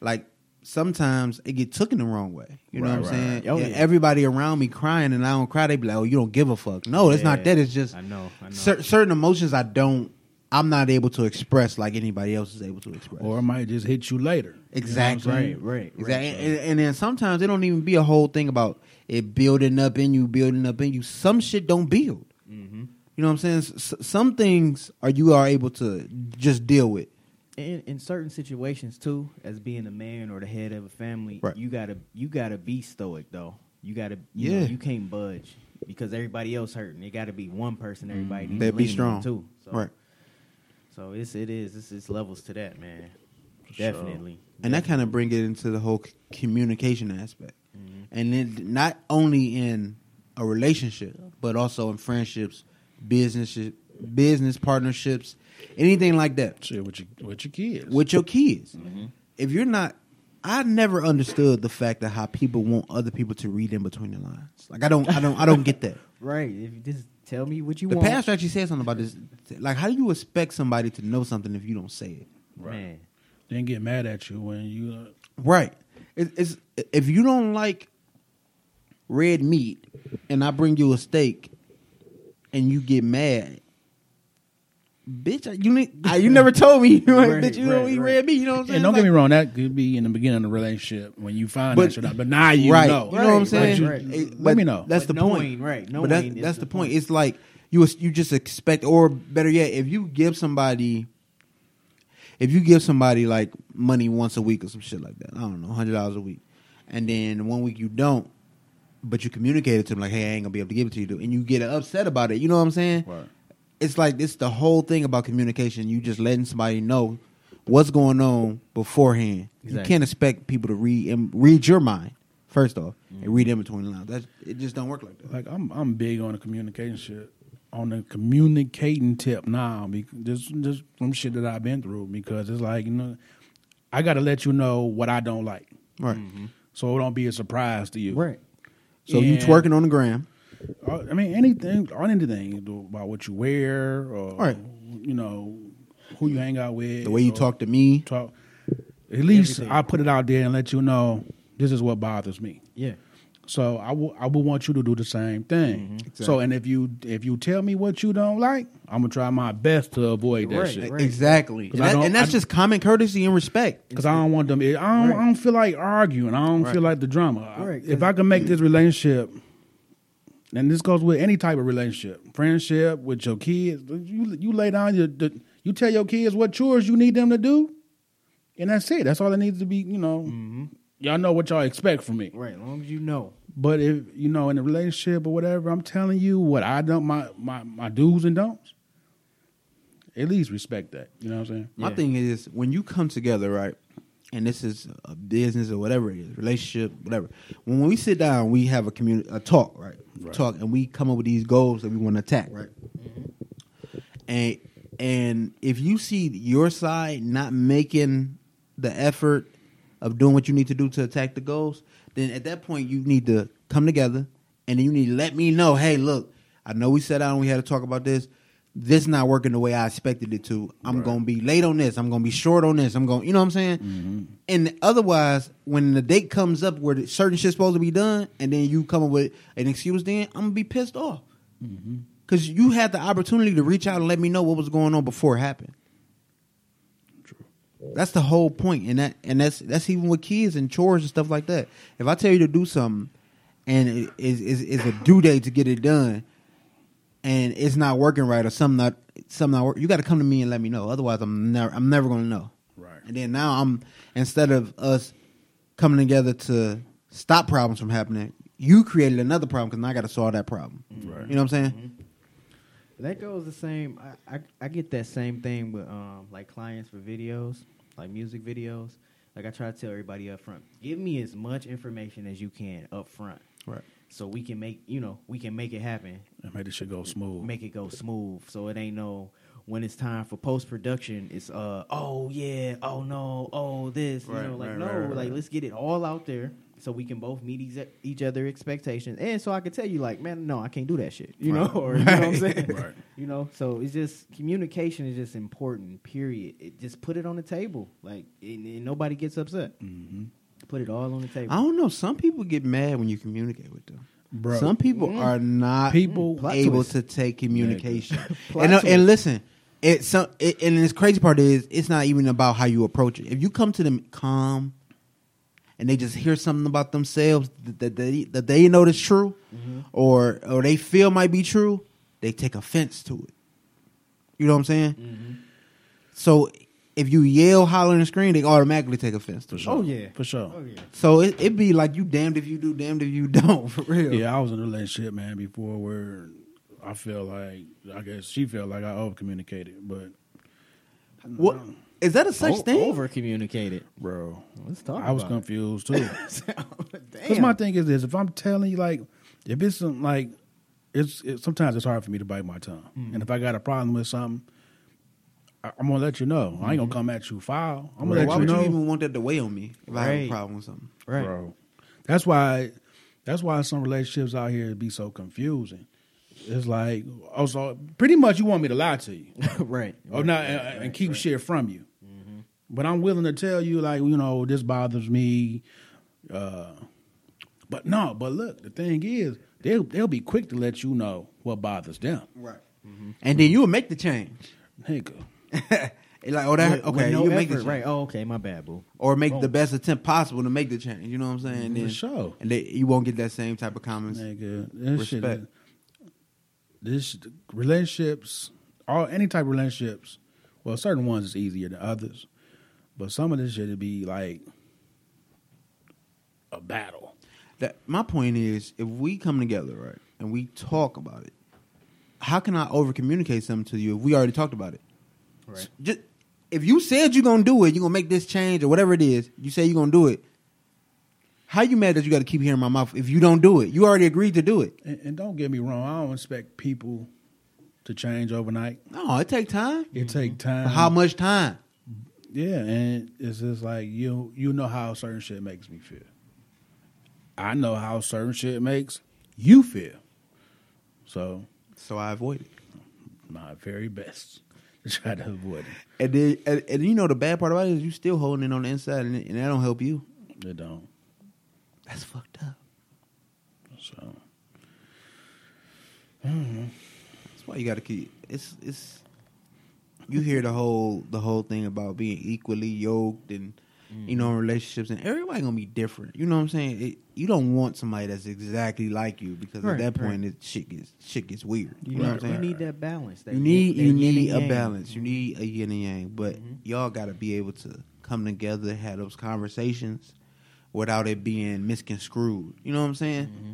A: like sometimes it get taken the wrong way. You know
B: Right,
A: what
B: right,
A: I'm saying?
C: right. Oh,
A: Yeah,
C: yeah.
A: Everybody around me crying and I don't cry, they be like, Oh, you don't give a fuck. No, it's
C: Yeah.
A: not that, it's just
C: I know, I know.
A: cer- certain emotions I don't, I'm not able to express like anybody else is able to express.
B: Or it might just hit you later.
A: exactly,
C: Right, right,
A: exactly.
C: right.
A: And, and- and then sometimes it don't even be a whole thing about it building up in you, building up in you. Some shit don't build.
C: Mm-hmm.
A: You know what I'm saying? S- s- some things are you are able to just deal with.
C: in, in certain situations too, as being a man or the head of a family,
A: Right.
C: you gotta you gotta be stoic though. You gotta you know,
A: Yeah.
C: you can't budge because everybody else hurting. It gotta be one person everybody needs
A: They
C: to
A: be
C: lean on,
A: strong,
C: too. So,
A: right?
C: So it's it is it's, it's levels to that man.
B: sure.
C: Definitely.
A: and that kind of bring it into the whole c- communication aspect
C: Mm-hmm.
A: and then not only in a relationship but also in friendships business business partnerships anything like that
B: Shit with your with your kids.
A: with your kids
C: Mm-hmm.
A: if you're not I never understood the fact that how people want other people to read in between the lines. Like I don't, I don't, I don't get that.
C: right. If you just tell me what <laughs> you
A: The
C: want,
A: pastor actually said something about this. Like, how do you expect somebody to know something if you don't say it?
C: man.
B: then get mad at you when you uh,
A: Right. It, it's if you don't like red meat, and I bring you a steak, and you get mad, bitch. You ne- I- Ah, you never told me. <laughs> You
C: Right,
A: bitch, you don't
C: right,
A: eat
C: right.
A: red meat. You know what I'm saying?
B: and don't
A: Like-
B: get me wrong, that could be in the beginning of the relationship when you find
A: But-
B: that shit out. But now you
A: right.
B: know.
A: You know what I'm
C: Right,
A: saying?
C: right, right.
A: It-
B: Let
A: but
B: me know.
A: That's
C: But
A: the
C: knowing,
A: point,
C: right,
A: But that's,
C: knowing is
A: that's
C: the
A: the point.
C: point.
A: It's like you as- you just expect, or better yet, if you give somebody, if you give somebody like money once a week or some shit like that, I don't know, hundred dollars a week, and then one week you don't, but you communicate it to them like, hey, I ain't gonna be able to give it to you, and you get upset about it. You know what I'm saying?
B: Right.
A: it's like it's the whole thing about communication. You just letting somebody know what's going on beforehand. You
C: Exactly.
A: can't expect people to read and read your mind first off and read in between the lines. That's it. Just don't work like that.
B: Like I'm, I'm big on the communication shit, on the communicating tip now. Be- Just, just some shit that I've been through because it's like you know, I got to let you know what I don't like,
A: Right.
B: so it don't be a surprise to you.
C: Right.
A: So you
B: And-
A: twerking on the gram.
B: Uh, I mean, anything on anything about what you wear or
A: Right.
B: you know who you hang out with,
A: The way you
B: or
A: talk to me.
B: Talk. At least
C: Everything.
B: I put it out there and let you know this is what bothers me.
C: Yeah.
B: So I will I will want you to do the same thing.
C: Mm-hmm.
B: So and if you if you tell me what you don't like, I'm gonna try my best to avoid that
C: Right,
B: shit.
C: right.
A: Exactly. And,
B: I
A: that-
B: don't-
A: and that's
B: I-
A: just common courtesy and respect.
B: Cause I don't want them. I don't. I don't feel like arguing. I don't feel like the drama. I-
C: Right,
B: If I can make this relationship, and this goes with any type of relationship, friendship with your kids, you you lay down your the, you tell your kids what chores you need them to do, and that's it. That's all it needs to be. You know,
C: Mm-hmm.
B: y'all know what y'all expect from me.
C: Right. As long as you know.
B: But if you know in a relationship or whatever, I'm telling you what I don't my my my do's and don'ts. At least respect that. You know what I'm saying?
A: My
C: Yeah.
A: thing is when you come together, right? And this is a business or whatever it is, relationship, whatever. When we sit down, we have a community, a talk, right?
B: Right.
A: Talk, and we come up with these goals that we want to attack, right? And and if you see your side not making the effort of doing what you need to do to attack the goals, then at that point you need to come together and then you need to let me know, hey, look, I know we sat down and we had to talk about this. This not working the way I expected it to. I'm gonna be late on this. I'm gonna be short on this. I'm gonna, you know what I'm saying? And otherwise, when the date comes up where the certain shit's supposed to be done, and then you come up with an excuse, then I'm gonna be pissed off. Because you had the opportunity to reach out and let me know what was going on before it happened. That's the whole point, and that and that's that's even with kids and chores and stuff like that. If I tell you to do something, and it is is is a due date to get it done, and it's not working right or something not something not work, you got to come to me and let me know. Otherwise, I'm never I'm never gonna know.
B: Right.
A: And then now I'm instead of us coming together to stop problems from happening, you created another problem because now I got to solve that problem.
B: Right.
A: You know what I'm saying?
C: That goes the same. I, I, I get that same thing with um like clients for videos, like music videos. Like I try to tell everybody up front, give me as much information as you can up front,
A: Right.
C: so we can make you know we can make it happen,
B: And make this shit go smooth.
C: make it go smooth. So it ain't no when it's time for post production, it's uh oh yeah, oh no, oh this,
A: Right,
C: you know, like
A: right,
C: no,
A: right, right.
C: like let's get it all out there so we can both meet each, each other expectations, and so I can tell you like man, no, I can't do that shit, you
A: Right.
C: know, <laughs> or you know what I'm
A: Right.
C: saying,
B: Right.
C: <laughs> you know. So it's just communication is just important. Period. It, just put it on the table, like and, and nobody gets upset. Put it all on the table.
A: Mm-hmm. I don't know. Some people get mad when you communicate with them.
B: Bro.
A: Some people
C: Mm.
A: are not
B: People-
A: people
C: Plot
A: able
C: twist.
A: to take communication.
C: <laughs> Plot
A: and, uh,
C: twist.
A: and listen, it, some, it, and this crazy part is it's not even about how you approach it. If you come to them calm and they just hear something about themselves that, that they that they know that's true
C: Mm-hmm.
A: or or they feel might be true, they take offense to it. You know what I'm saying?
C: Mm-hmm.
A: So if you yell, holler, and scream, they automatically take offense to it.
B: sure.
C: Oh yeah,
B: For sure.
C: Oh yeah.
A: So it it be like you damned if you do, damned if you <laughs> don't, for real.
B: Yeah, I was in a relationship, man, before where I feel like I guess she felt like I over communicated, but
A: What is that a such thing?
C: Over communicated.
B: bro,
C: Let's talk.
B: I was
C: about
B: confused <laughs> too.
C: it. <laughs>
B: Because
C: Damn.
B: my thing is this: if I'm telling you, like, if it's some, like, it's it, sometimes it's hard for me to bite my tongue,
A: Hmm.
B: and if I got a problem with something, I, I'm gonna let you know. I ain't gonna come at you foul. I'm gonna
A: Hmm. Why
B: let
A: would
B: you know,
A: you even want that to weigh on me if I have a
C: Right.
A: problem with something?
C: right.
B: bro. That's why. That's why some relationships out here be so confusing. It's like, oh, so pretty much you want me to lie to you,
C: <laughs> right. Mm-hmm.
B: or not, Oh, and, and keep shit from you. But I'm willing to tell you, like, you know, this bothers me. Uh, but no, but look, the thing is, they'll they'll be quick to let you know what bothers them,
A: Right.
B: Mm-hmm.
A: And then you would make the <laughs> change.
B: nigga.
A: It's like, oh, that
C: With- with
A: okay,
C: no
A: you make the
C: effort,
A: change.
C: right. Oh, okay, my bad, boo.
A: or make the best attempt possible to make the change. You know what I'm saying? And
B: For
A: then,
B: sure.
A: And they, you won't get that same type of comments.
B: Nigga, this shit
A: Respect.
B: is- this relationships, all any type of relationships. Well, certain ones is easier than others, but some of this shit would be like a battle.
A: That my point is, if we come together, right, and we talk about it, how can I over communicate something to you if we already talked about it?
C: Right.
A: Just, if you said you're gonna do it, you're gonna make this change or whatever it is, you say you're gonna do it. How you mad that you got to keep hearing my mouth if you don't do it? You already agreed to do it.
B: And, and don't get me wrong, I don't expect people to change overnight.
A: No, it take time.
B: It take
A: Mm-hmm.
B: time.
A: But how much time?
B: Yeah, and it's just like you you know how certain shit makes me feel. I know how certain shit makes you feel. So
A: So I avoid it.
B: my very best <laughs> to try to avoid it.
A: And then, and, and you know the bad part about it is you still holding it on the inside, and, and that don't help you.
B: It don't.
A: That's fucked up.
B: So
A: That's why you got to keep. It's it's. You hear the whole the whole thing about being equally yoked and you know
C: Mm-hmm.
A: relationships and everybody gonna be different. You know what I'm saying? It, you don't want somebody that's exactly like you because
C: Right,
A: at that
C: right.
A: point it shit gets shit gets weird. You,
C: You,
A: know
C: need,
A: what I'm saying?
C: you need that balance. That
A: you need
C: yin-
A: you
C: that yin
A: need
C: and
A: a
C: yang.
A: balance. You need a yin and yang. But
C: Mhm.
A: y'all got to be able to come together, have those conversations, without it being misconstrued. You know what I'm saying?
C: Mm-hmm.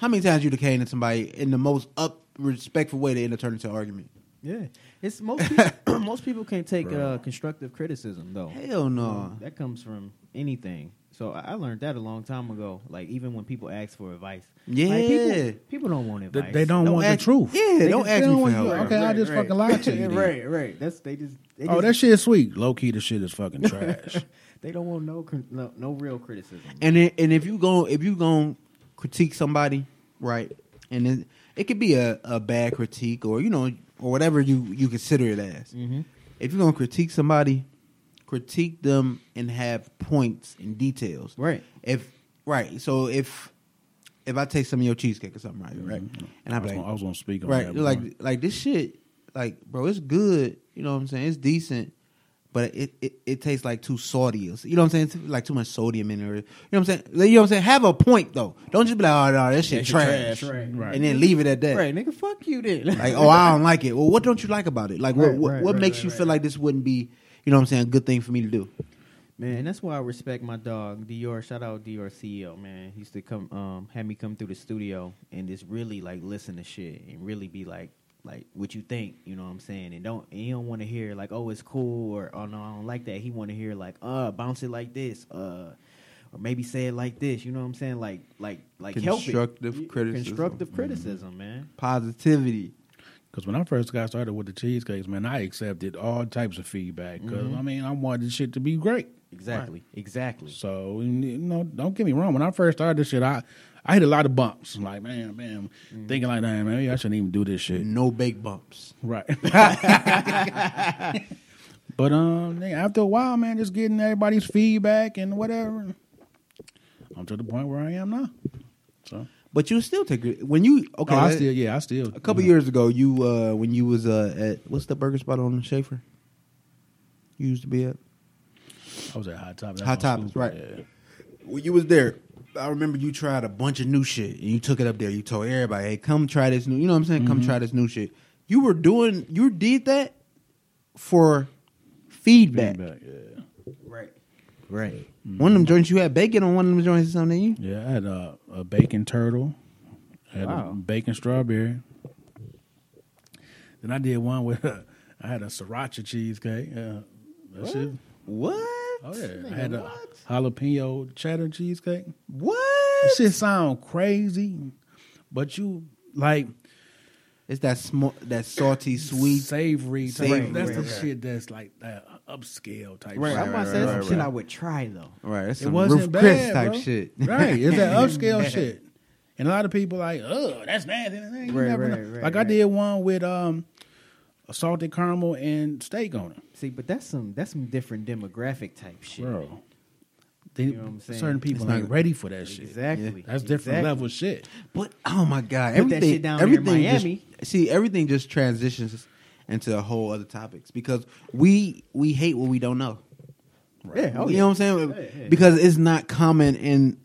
A: How many times you done came to somebody in the most up respectful way to end up turning to an argument?
C: Yeah, it's <laughs> most people, <clears throat> most people can't take uh, constructive criticism though. Um,
A: Hell no.
C: that comes from anything. So I I learned that a long time ago. Like even when people ask for advice, like,
A: Yeah.
C: people, people don't want advice.
B: they, they don't, want
A: ask-
B: the truth.
A: Yeah,
C: They
A: don't
C: just-
A: ask
C: they
A: me for
B: want
A: help.
B: you- okay. I just fucking
A: <laughs>
B: lied to
C: <laughs>
B: you then.
C: right, right. That's they just. They
B: Oh,
C: just-
B: that shit's sweet. Low key, the shit
A: <laughs>
B: is fucking trash.
C: <laughs> They don't want no cri- no, no real criticism.
A: And it, and if you go if you going critique somebody, right? And it, it could be a, a bad critique or you know or whatever you you consider it as.
C: Mhm.
A: If you're gonna critique somebody, critique them and have points and details.
C: Right.
A: If right, so if if I take some of your cheesecake or something, right, right, and
B: I
A: I'm
B: was,
A: like,
B: gonna, I was gonna speak on
A: right,
B: that.
A: like
B: before.
A: like this shit, like bro, it's good. You know what I'm saying? It's decent, but it it, it tastes like too salty. or- You know what I'm saying? It's like too much sodium in it. or- You know what I'm saying? Like, You know what I'm saying? Have a point though. Don't just be like, oh no, this shit
C: That shit
A: trash,
C: trash, right.
B: Right.
A: and then leave it at that.
C: Right, nigga, fuck you then.
A: Like, oh, I don't like it. Well, what don't you like about it? Like, what
C: Right,
A: what,
C: right,
A: what
C: right,
A: makes
C: right,
A: you
C: right.
A: feel like this wouldn't be, you know what I'm saying, a good thing for me to do?
C: Man, that's why I respect my dog Dior. Shout out Dior CEO, man. He used to come, um, had me come through the studio and just really like listen to shit and really be like, like what you think, you know what I'm saying? And don't, and you don't want to hear like, oh, it's cool or oh no, I don't like that. He want to hear like, uh, bounce it like this, uh, or maybe say it like this, you know what I'm saying? Like, like, like
A: Constructive
C: help it.
A: criticism. Mm-hmm.
C: constructive criticism, man.
A: Positivity.
B: Because when I first got started with the cheesecakes, man, I accepted all types of feedback. Because
A: Mm-hmm.
B: I mean, I wanted shit to be great.
C: Exactly, exactly.
B: So you know, don't get me wrong. When I first started this shit, I I hit a lot of bumps. I'm like, man, man,
A: Mm.
B: thinking like, damn, maybe I shouldn't even do this shit.
A: No big bumps.
B: Right. <laughs> but um, nigga, after a while, man, just getting everybody's feedback and whatever, I'm to the point where I am now. So
A: But you still take it when you okay.
B: Oh, I
A: let-
B: still, yeah, I still.
A: A couple years ago, you uh, when you was uh, at what's the burger spot on Schaefer? You used to be at
B: I was at Hot Topics.
A: Hot Topics, right?
B: Yeah.
A: When you was there, I remember you tried a bunch of new shit and you took it up there. You told everybody, "Hey, come try this new." You know what I'm saying?
B: Mm-hmm.
A: Come try this new shit. You were doing, you did that for feedback.
B: Feedback, yeah.
C: Right.
A: Right. One of them joints you had bacon on one of them joints or something. didn't You?
B: Yeah, I had a, a bacon turtle. I had
C: Wow.
B: a bacon strawberry. Then I did one with <laughs> a, I had a sriracha cheesecake. Yeah, that shit.
A: What?
B: Oh yeah,
C: Nigga,
B: I had a
C: what?
B: jalapeno cheddar cheesecake.
A: What?
B: That shit sound crazy, but you like
A: It's that sm- that salty
B: sweet
A: sweet.
B: savory. Type.
A: Savory,
B: That's the
A: okay.
B: shit that's like that upscale type.
C: Right,
B: shit.
C: I'm about to say that's some shit I would try though.
A: Right. That's
B: it
A: some
B: wasn't
A: Ruth
B: bad,
A: Chris type
B: bro.
A: shit.
B: right?
C: <laughs>
B: It's that upscale shit, and a lot of people like, oh, that's nasty. You
C: Right,
B: never
C: right,
B: know.
C: right,
B: like I
C: right.
B: did one with um, a salted caramel and steak on it,
C: See, but that's some that's some different demographic type shit.
B: bro. They,
C: You know what I'm saying?
B: certain people
A: It's not-
B: ain't ready for that shit.
C: Exactly.
B: That's different
C: exactly.
B: level shit.
A: But oh my god,
C: Put that
A: everything
C: shit down here in
A: everything
C: Miami.
A: Just, see, everything just transitions into a whole other topics because we we hate what we don't know.
C: Yeah, oh,
A: you
C: yeah.
A: know what I'm saying?
C: Yeah, yeah.
A: Because it's not common in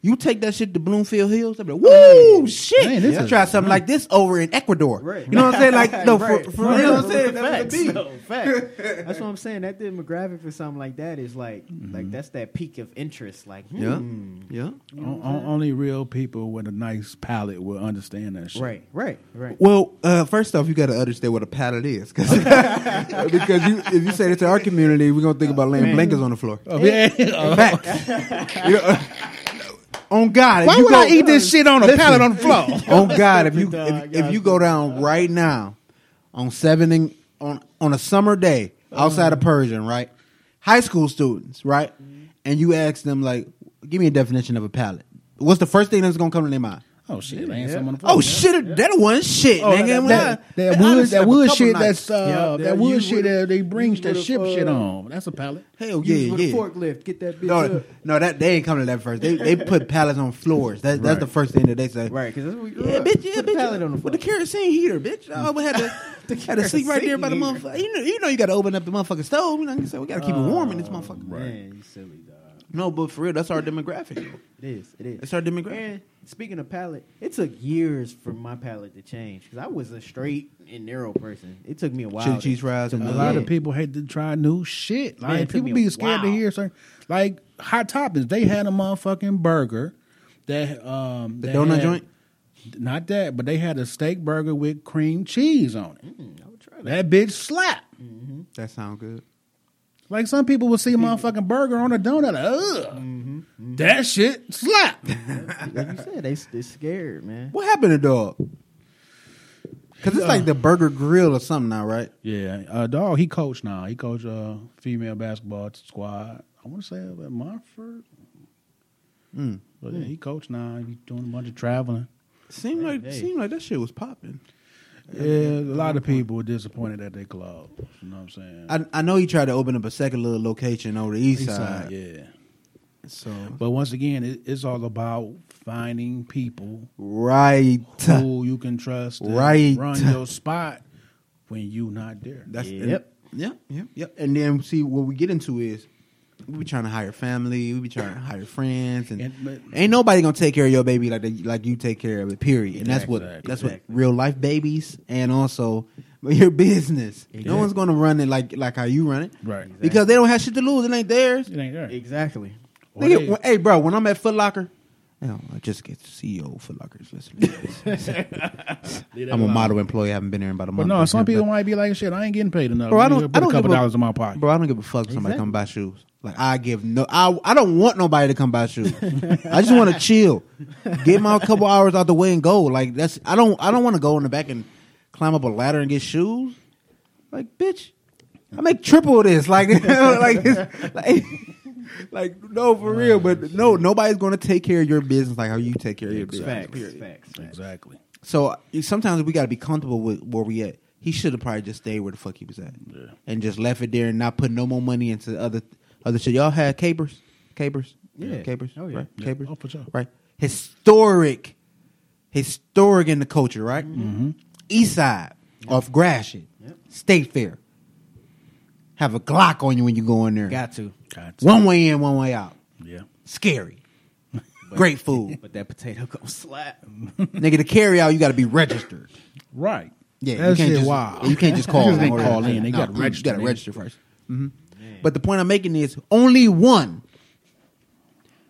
A: you take that shit to Bloomfield Hills, they'd be like, woo,
B: Man,
A: shit.
B: this
A: Let's
B: is-
A: try something like this over in Ecuador.
C: Right.
A: You know what I'm saying? Like,
C: <laughs>
A: no, for- for, real, you know what I'm saying? That's what
C: Facts.
A: it be.
C: No, fact. <laughs> That's what I'm saying. That demographic for something like that is like,
A: Mm-hmm.
C: like that's that peak of interest. Like, hmm,
A: Yeah. Yeah.
B: O- o- only real people with a nice palate will understand that shit.
C: right, right, right.
A: Well, uh, first off, you got to understand what a pallet is,
C: <laughs>
A: 'cause- <laughs> because you, if you say that to our community, we're gonna think about laying
C: Man.
A: blankets on the floor.
B: Oh, yeah.
A: <laughs> Facts. You know, on God, if
B: <laughs> Why
A: you
B: would
A: go,
B: I eat this shit on a
A: Listen.
B: pallet on the
C: <laughs>
A: <laughs>
B: floor?
A: on God, if you
C: Dog,
A: if, if you go down right now on seven and, on on a summer day outside
B: Uh-huh.
A: of Persian, right? High school students, right?
B: Mm-hmm.
A: And you ask them like, give me a definition of a pallet. What's the first thing that's gonna come to their mind?
B: Oh shit!
C: Yeah.
B: Laying something on the floor.
A: Oh shit! That one shit,
B: Oh,
A: nigga.
B: that,
A: I'm
B: that,
A: not-
B: that
A: I
B: wood,
A: just have
B: that
A: a
B: wood
A: couple
B: shit.
A: nights.
B: That's uh,
C: Yeah,
B: that
C: that you
B: wood shit
C: would've-
B: that they brings
C: you
B: that
C: would've,
B: ship shit
C: uh,
B: on. That's a pallet.
A: hell
C: Use
A: yeah,
C: with a
A: yeah.
C: forklift, get that bitch
A: No,
C: up.
A: no, that they ain't coming to that first. They they put pallets on floors. That, that's
B: Right.
A: the first thing that they say.
C: Right, because that's what we grew
A: Yeah,
C: up.
A: bitch. Yeah,
C: Put
A: bitch.
C: The pallet on the floor.
A: With the kerosene heater, bitch. I always <laughs> had to had to sleep right there by the
C: kerosene
A: motherfucker. You know, you know, you got to open up the motherfucking stove. You know, you say we got to keep it warm in this motherfucker.
C: Man, you silly dog.
A: No, but for real, that's our demographic. though.
C: It is. It is.
A: That's our demographic.
C: And speaking of palate, it took years for my palate to change because I was a straight and narrow person. It took me a while.
A: Chili
C: to-
A: cheese fries and
B: A
A: Uh,
B: lot
C: yeah.
B: of people hate to try new shit. Like
C: Man, it took
B: people
C: me a
B: be scared to
C: while.
B: hear certain like hot toppings. They had a motherfucking burger that um
A: The
B: that
A: donut
B: had-
A: joint?
B: Not that, but they had a steak burger with cream cheese on it.
C: Mm, I would try that.
B: That bitch slap.
A: That sound good.
B: Like some people will see a
C: Mm.
B: motherfucking burger on a donut. like, Ugh.
C: Mm-hmm,
B: That shit slap.
C: Like you said, they they scared, man.
A: What happened to dog? Because it's like the Burger Grill or something now, right?
B: Yeah, uh, dog. He coached now. He coached uh, female basketball squad. I want to say up at Montford.
A: Mm.
B: But yeah, he coached now. He's doing a bunch of traveling.
A: Seemed like
C: hey.
A: seemed like that shit was popping.
B: Yeah, a lot of people were disappointed that they closed. You know what I'm saying?
A: I I know he tried to open up a second little location over the east,
B: East
A: side.
B: side, Uh, yeah.
A: So
B: But once again, it, it's all about finding
A: <laughs>
B: people
A: right,
B: who you can trust. and
A: Right.
B: Run your spot when you not there.
A: That's
C: Yep.
A: yep, yep, yep. And then see what we get into is we be trying to hire family, we be trying to
B: <laughs>
A: hire friends, and,
B: And- but-
A: ain't nobody gonna take care of your baby like they, like you take care of it. Period. And that's what
B: Exactly.
A: that's
C: Exactly.
A: what real life babies and also your business. No
C: Exactly.
A: one's gonna run it like like how you run it,
B: Right.
A: Because they don't have shit to lose. It ain't theirs.
B: It ain't there.
C: Exactly.
B: Or
A: Nigga,
B: they-
A: when- hey, bro, when I'm at Foot Locker, you know, I just get the CEO of Foot Lockers listening. to this.
B: <laughs> leave that
A: I'm a
B: alone.
A: model employee. I haven't been here in about a
B: But
A: month.
B: no, some
A: But-
B: people might be like, shit, I ain't getting paid enough.
A: Bro, I
B: Let me
A: don't-
B: put
A: I don't
B: a couple
A: give a-
B: dollars in my pocket.
A: Bro, I don't give a fuck if somebody
B: Exactly.
A: come buy shoes. Like I give no I I don't want nobody to come buy shoes. I just want to chill. Get my couple hours out the way and go. Like that's I don't I don't want to go in the back and climb up a ladder and get shoes. Like bitch, I make triple this. <laughs> Like like it's, like like no for real, but no nobody's going to take care of your business like how you take care of your business.
C: Facts.
A: period.
C: Facts. facts.
B: Exactly.
A: So uh, sometimes we got to be comfortable with where we at. He should have probably just stayed where the fuck he was at,
B: Yeah.
A: and just left it there and not put no more money into other other shit. Y'all had capers, capers,
C: Yeah.
A: capers,
C: Oh, yeah.
A: right?
B: Yeah.
A: Capers,
B: Oh, for sure.
A: right? Historic, historic in the culture, right? Mm-hmm. East Side off Gratiot,
C: Yep.
A: State Fair. Have a Glock on you when you go in there.
C: Got to.
B: God,
A: one way in, one way out.
B: Yeah.
A: Scary. Great
C: <laughs>
A: food,
C: But that potato gonna slap.
A: nigga. To carry out, you got to be registered.
B: Right.
A: Yeah,
B: That
A: you can't
B: shit
A: just
B: wild.
A: you
B: <laughs>
A: can't just call. and
B: just can't
A: order
B: call
A: it.
B: in. They gotta
A: you gotta
B: register,
A: register first. Mhm.
C: Man.
A: But the point I'm making is only one,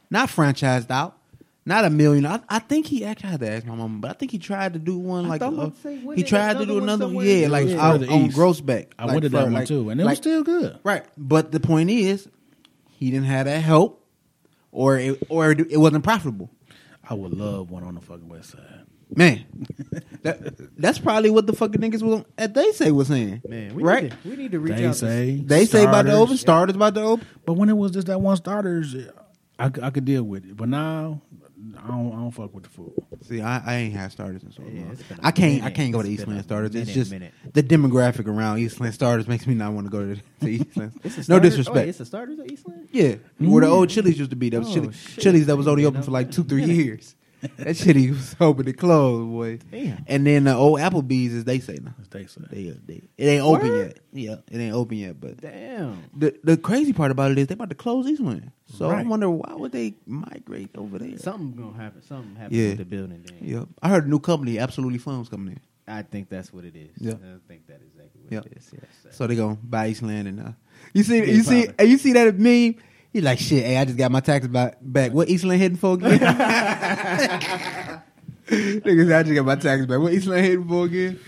A: not franchised out, not a million. I, I think he actually I had to ask my mom, but I think he tried to do one
C: I
A: like
C: thought
A: uh,
C: I'd say, wasn't
A: he
C: it
A: tried to
C: another
A: do
C: one
A: another
C: somewhere?
A: yeah, like
B: Yeah.
A: out
B: Further
A: on
B: east.
A: Grossbeck.
B: I
A: like,
B: wanted that
A: fur-
B: one
A: like-
B: too, and it was
A: like-
B: still good.
A: Right, but the point is, he didn't have that help, or it, or it it wasn't profitable.
B: I would love one on the fucking west side.
A: Man, <laughs> that, that's probably what the fucking niggas was at. They say was saying,
C: Man, we
A: right?
C: Need to, we need to reach
B: They
C: out. To,
B: say
A: They say about to
B: starters.
A: open. Starters about to open.
B: But when it was just that one starters, I, c- I could deal with it. But now I don't, I don't fuck with the food.
A: See, I, I ain't had starters in so long.
C: Yeah, it's been a
A: I can't. I
C: minute.
A: can't go to
C: It's been
A: Eastland
C: a
A: starters.
C: minute,
A: it's just
C: minute.
A: the demographic around Eastland starters makes me not want to go to,
C: <laughs>
A: to Eastland.
C: It's a
A: no
C: starter- Oh,
A: disrespect.
C: it's a starters at Eastland.
A: yeah, where the old Chili's used to be. That was
C: Oh,
A: Chili-
C: shit.
A: Chili's that was only
C: You
A: open
C: know? <laughs>
A: for like two, three years. that shit he was <laughs> hoping to close, boy.
C: Damn.
A: And then the old Applebee's, as they say now,
B: As they say.
A: they, uh, they it ain't open
C: Word?
A: yet. Yeah, it ain't open yet. But
C: Damn.
A: the the crazy part about it is they about to close this one, so I
B: Right.
A: wonder why would they migrate over there?
C: Something gonna happen. Something happens
A: Yeah.
C: with the building. Then.
A: Yeah, I heard a new company, Absolutely Fun, was coming in.
C: I think that's what it is.
A: Yeah.
C: I think that is exactly what
A: Yep.
C: it is. Yes.
A: So they gonna buy Eastland and uh, you see,
C: Yeah,
A: you see,
C: probably.
A: you see that meme. You like shit. Hey, I just got my taxes ba- back. What Eastland heading for
B: <laughs>
A: again? Niggas, I just got my taxes back. What Eastland heading for again?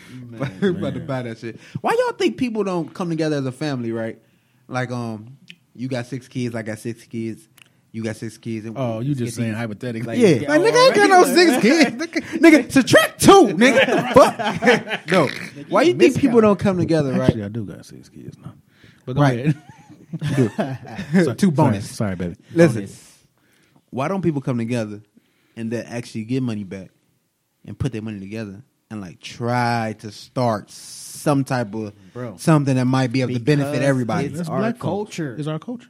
A: <laughs>
C: Man,
A: About to buy that shit. Why y'all think people don't come together as a family, right? Like, um, you got six kids, I got six kids, you got six kids. And
B: Oh, you
A: let's
B: just
A: get
B: saying
A: these-
B: hypothetically.
A: yeah,
C: yeah,
A: like, nigga, I ain't got no <laughs>
C: alright.
A: six kids. Nigga, nigga subtract two, <laughs> nigga. Fuck, no. Why you think people don't come together, right?
B: Actually, I do got six kids now. But go
A: Right.
B: ahead.
A: So <laughs> two bonus.
B: Sorry, sorry, baby.
A: Listen,
C: Bonus.
A: why don't people come together and that actually get money back and put their money together and like try to start some type of
C: Bro.
A: something that might be able to benefit
C: Because
A: everybody?
C: It's
B: That's
C: our
B: black folk.
C: culture.
B: It's our culture.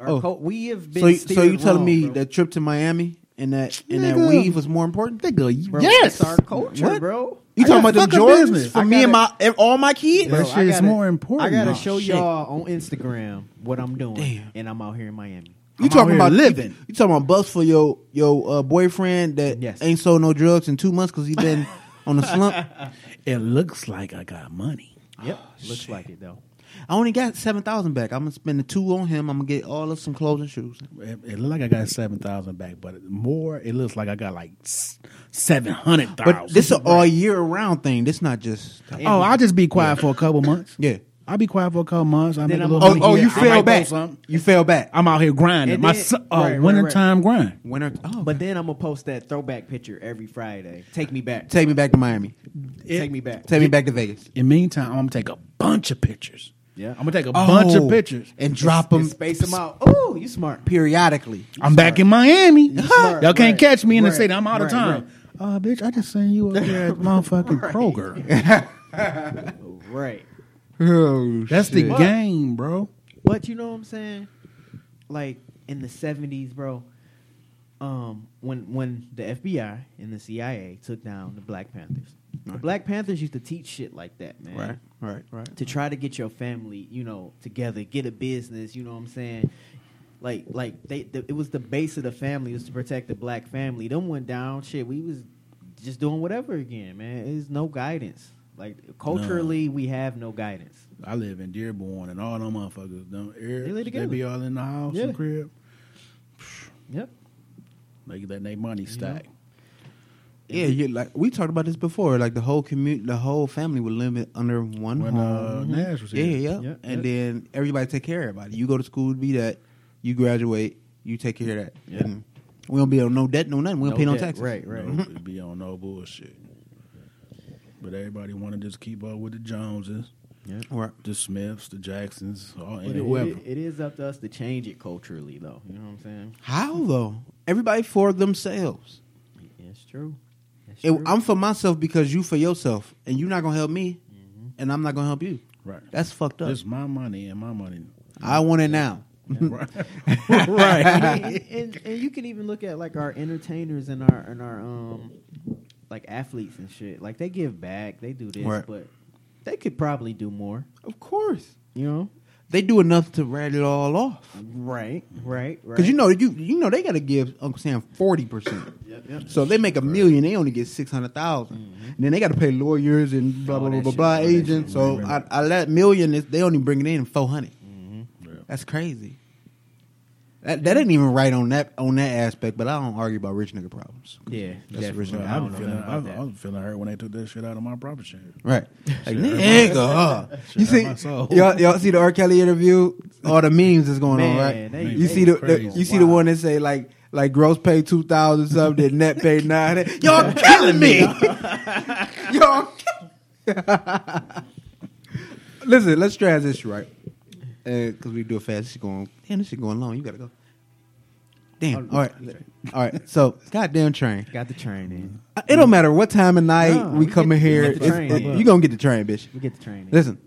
C: Our
A: Oh.
C: co- we have been.
A: So, you- so
C: steered
A: you telling
C: wrong,
A: me
C: bro.
A: that trip to Miami and that and that
B: Nigga.
A: weave was more important? Nigga,
C: Bro, it's our culture,
A: What?
C: bro.
A: You
B: I
A: talking
B: got
A: about them
B: fuck up
A: Jordans
B: business.
A: for
B: I
A: me and my and all my kids?
B: Bro, That
C: I
B: shit is
C: gotta-
B: more important.
C: I gotta
B: Oh,
C: show
A: shit.
C: y'all on Instagram what I'm doing,
A: Damn.
C: and I'm out here in Miami.
A: You
B: I'm out
A: talking
B: here
A: about
B: living.
A: You, you talking about bucks for your your uh, boyfriend that
C: Yes.
A: ain't sold no drugs in two months because he
B: <laughs>
A: been on the slump.
B: It looks like I got money.
C: Yep,
A: Ah,
C: looks like it though.
A: I only got seven thousand back. I'm gonna spend the two on him. I'm gonna get all of some clothes and shoes.
B: It, it looked like I got seven thousand back, but more, it looks like I got like seven hundred thousand.
A: But this is all year round thing. This not just
B: oh, I'll just be quiet for a couple months.
A: yeah.
B: I'll be quiet for a couple months. I
C: Then
B: make a
C: I'm-
B: little
A: Oh,
B: money
A: oh,
B: here.
A: you
B: I
A: fell
B: might go
A: back.
B: something.
A: You fell back.
B: I'm out here grinding.
C: And
B: My
C: then-
B: su- uh,
C: right, right,
B: wintertime grind.
A: Winter. Oh,
C: But then I'm gonna post that throwback picture every Friday. Take me back.
A: take me back to Miami.
C: Take me back.
A: Take me back to Vegas.
B: In meantime, I'm gonna take a bunch of pictures.
C: Yeah.
B: I'm gonna take a bunch
A: Oh,
B: of pictures.
A: and drop them
C: And space them out. Ooh, you smart.
A: periodically.
B: I'm back in Miami.
C: smart,
B: <laughs> Y'all can't
C: right,
B: catch me in
C: right,
B: the city. I'm out
C: right,
B: of town. Uh, bitch, I just
C: <laughs>
B: seen you up there at motherfucking Kroger.
C: Right.
A: Oh,
B: That's the
C: Shit.
B: game, bro.
C: But you know what I'm saying? Like in the 70s, bro. Um, when when the FBI and the CIA took down the Black Panthers, the
A: Right.
C: Black Panthers used to teach shit like that, man.
A: right, right, right.
C: to try to get your family, you know, together, get a business, you know what I'm saying? Like, like they, the, it was the base of the family was to protect the black family. Them went down, shit. We was just doing whatever again, man. There's no guidance. Like culturally, we have no guidance.
B: I live in Dearborn and all them motherfuckers. Them Arabs,
C: live
B: they,
C: together.
B: be all in the house
C: Yeah.
B: and crib.
C: Yep.
B: They get that they money stack.
A: Yeah, you like we talked about this before. Like the whole community, the whole family would live in- under one
B: When uh,
A: home. Mm-hmm.
B: Nash was
A: yeah,
B: here.
A: yeah, yeah.
C: Yep,
A: and
C: yep.
A: then everybody take care of everybody. You go to school to be that. You graduate. You take care of that.
C: Yeah.
A: And we don't be on no debt, no nothing. We don't pay
C: No
A: no
C: debt,
A: taxes.
C: Right, right.
B: No, it be on no bullshit. But everybody want to just keep up with the Joneses,
A: Right.
B: the Smiths, the Jacksons, all,
C: But
B: and
C: it-
B: whoever.
C: it- it is up to us to change it culturally, though. You know what I'm saying?
A: How though? Everybody for themselves.
C: It's true. It's
A: It-
C: true.
A: I'm for myself because you for yourself, and you're not gonna help me, and I'm not gonna help you.
B: right.
A: That's fucked up.
B: This my money and my money.
C: <laughs>
A: I want it now.
B: right. right.
C: and, and, and you can even look at like our entertainers and our and our um like athletes and shit. Like they give back, they do this,
A: Right.
C: but they could probably do more.
A: <laughs> Of course,
C: You know,
A: they do enough to rat it all off.
C: right, right, right.
A: Because you know you you know they got to give Uncle Sam forty percent.
C: Yep, yep.
A: So if they make a million, they only get six hundred And then they got to pay lawyers and blah
C: Mm-hmm. All
A: blah blah blah
C: that shit,
A: blah
C: all that
A: agents.
B: shit.
A: So I, I let million is they only bring it in four hundred.
C: Mm-hmm.
B: Yeah.
A: That's crazy. That that ain't even right on that on that aspect. But I don't argue about rich nigga problems.
C: yeah,
A: That's
C: definitely.
A: original.
B: Well,
C: I
B: I,
C: don't
B: was
C: know
B: feeling,
C: nothing
B: I,
C: about
B: was-
C: that.
B: I was feeling hurt when they took that shit out of my profit share.
A: Right. Like,
B: Shit,
A: nigga, huh?
B: Shit,
A: you see,
B: hurt my soul.
A: y'all, y'all see the R. Kelly interview? All the memes that's going
C: Man,
A: on, right?
C: they-
A: you
B: they
A: see the, the
B: crazy.
A: you see the
C: Wow.
A: one that say like like gross pay two thousand something, net pay nine. <laughs> Y'all killing me. y'all. kill- <laughs> Listen, let's transition right, because we do it fast. This shit going damn. This shit going long. You gotta go. Damn.
C: Oh,
A: All right. All right. So goddamn train.
C: Got the train in.
A: It don't matter what time of night
C: No,
A: we,
C: we
A: come
C: get-
A: in
C: we
A: here.
C: get the
A: it's-
C: train,
A: it-
C: yeah. <laughs>
A: you gonna get the train, bitch.
C: We get the train in.
A: Listen.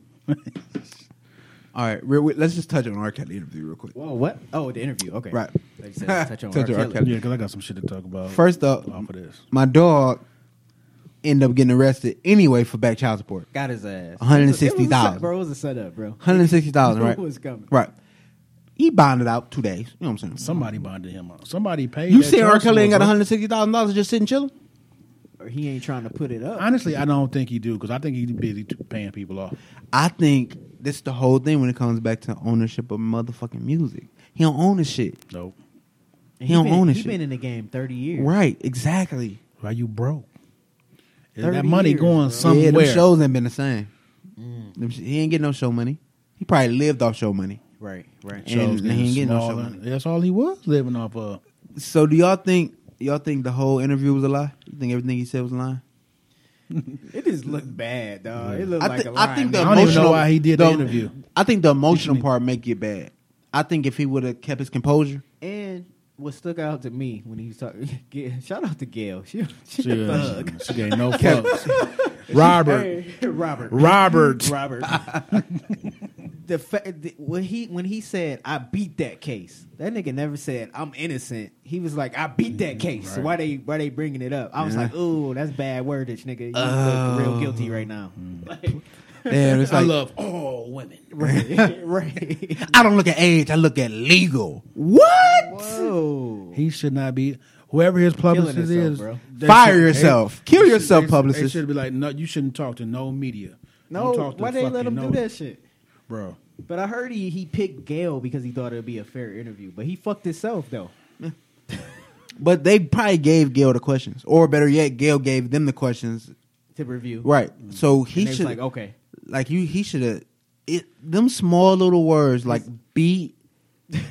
A: All right, real, quick, let's just touch on R. Kelly interview real quick.
C: Whoa, what? Oh, the interview. Okay,
A: Right.
C: Like I said, touch on
A: Touch
C: R.
A: on R.
C: Kelly.
A: Kelly.
B: Yeah, because I got some shit to talk about.
A: First up,
B: off of this.
A: my dog ended up getting arrested anyway for back child support.
C: Got his ass.
A: $160,000.
C: bro. It was a setup, bro.
A: Hundred sixty dollars,
C: <laughs> Who
A: right?
C: was coming?
A: Right. He bonded out two days. You know what I'm saying?
B: Somebody bonded him up. Somebody paid.
A: you
B: that
A: said R.
B: child
A: Kelly ain't got
B: support, bro.
A: one hundred sixty thousand dollars just sitting chilling?
C: Or he ain't trying to put it up.
B: Honestly, I don't think he do because I think he's busy t- paying people off.
A: I think this is the whole thing when it comes back to ownership of motherfucking music. He don't own the shit.
B: Nope.
C: And
A: he don't
C: been,
A: own
C: he
A: this shit.
C: been in the game thirty years.
A: Right, exactly.
B: Why you broke? Is
C: 30
B: that money
C: years,
B: going
C: bro.
A: Yeah,
B: somewhere?
A: them shows ain't been the same. Them sh- He ain't getting no show money. He probably lived off show money.
C: right, right.
A: And he
B: Shows getting
A: ain't getting no show
B: smaller.
A: money.
B: That's all he was living
A: <laughs>
B: off of.
A: So do y'all think y'all think the whole interview was a lie? You think everything he said was a lie?
C: It just looked bad, dog. It looked
A: I,
C: like
A: thi-
C: a
A: I
C: lie.
A: think the
B: I don't even know
A: emotional-
B: why he did the interview.
A: I think the emotional part make it bad. I think if he would have kept his composure,
C: and what stuck out to me when he was <laughs> talking. Gail- Shout out to Gail. She, she a
B: Yeah,
C: thug.
B: she
A: <laughs>
B: gave no fucks. Robert,
C: Hey, Robert.
B: Robert,
C: Robert. the fact that when he when he said I beat that case, that nigga never said I'm innocent. He was like I beat that case. So why they why they bringing it up? I was
A: Yeah.
C: like, ooh, that's bad wordage, nigga. You look
A: Oh.
C: real guilty right now. Like,
A: damn, it's
B: I
A: like
B: love all women.
C: <laughs> right, <laughs> right.
A: <laughs> I don't look at age. I look at legal.
C: What? Whoa.
B: He should not be. Whoever his publicist
C: himself,
B: is,
C: bro.
B: they
A: Fire
B: should-
A: yourself.
B: they-
A: Kill
B: they
A: yourself,
B: should- they- They
A: publicist.
B: should be like, no, you shouldn't talk to no media. Don't
C: No,
B: talk to
C: why they let
B: fucking
C: him
B: no,
C: do that shit?
B: bro?
C: But I heard he he picked Gail because he thought it'd be a fair interview, but he fucked himself though.
A: But they probably gave Gail the questions, or better yet, Gail gave them the questions.
C: To review,
A: Right. So
C: And
A: he
C: they was
A: should
C: like,
A: like,
C: okay,
A: you. He should have. It them small little words like beat,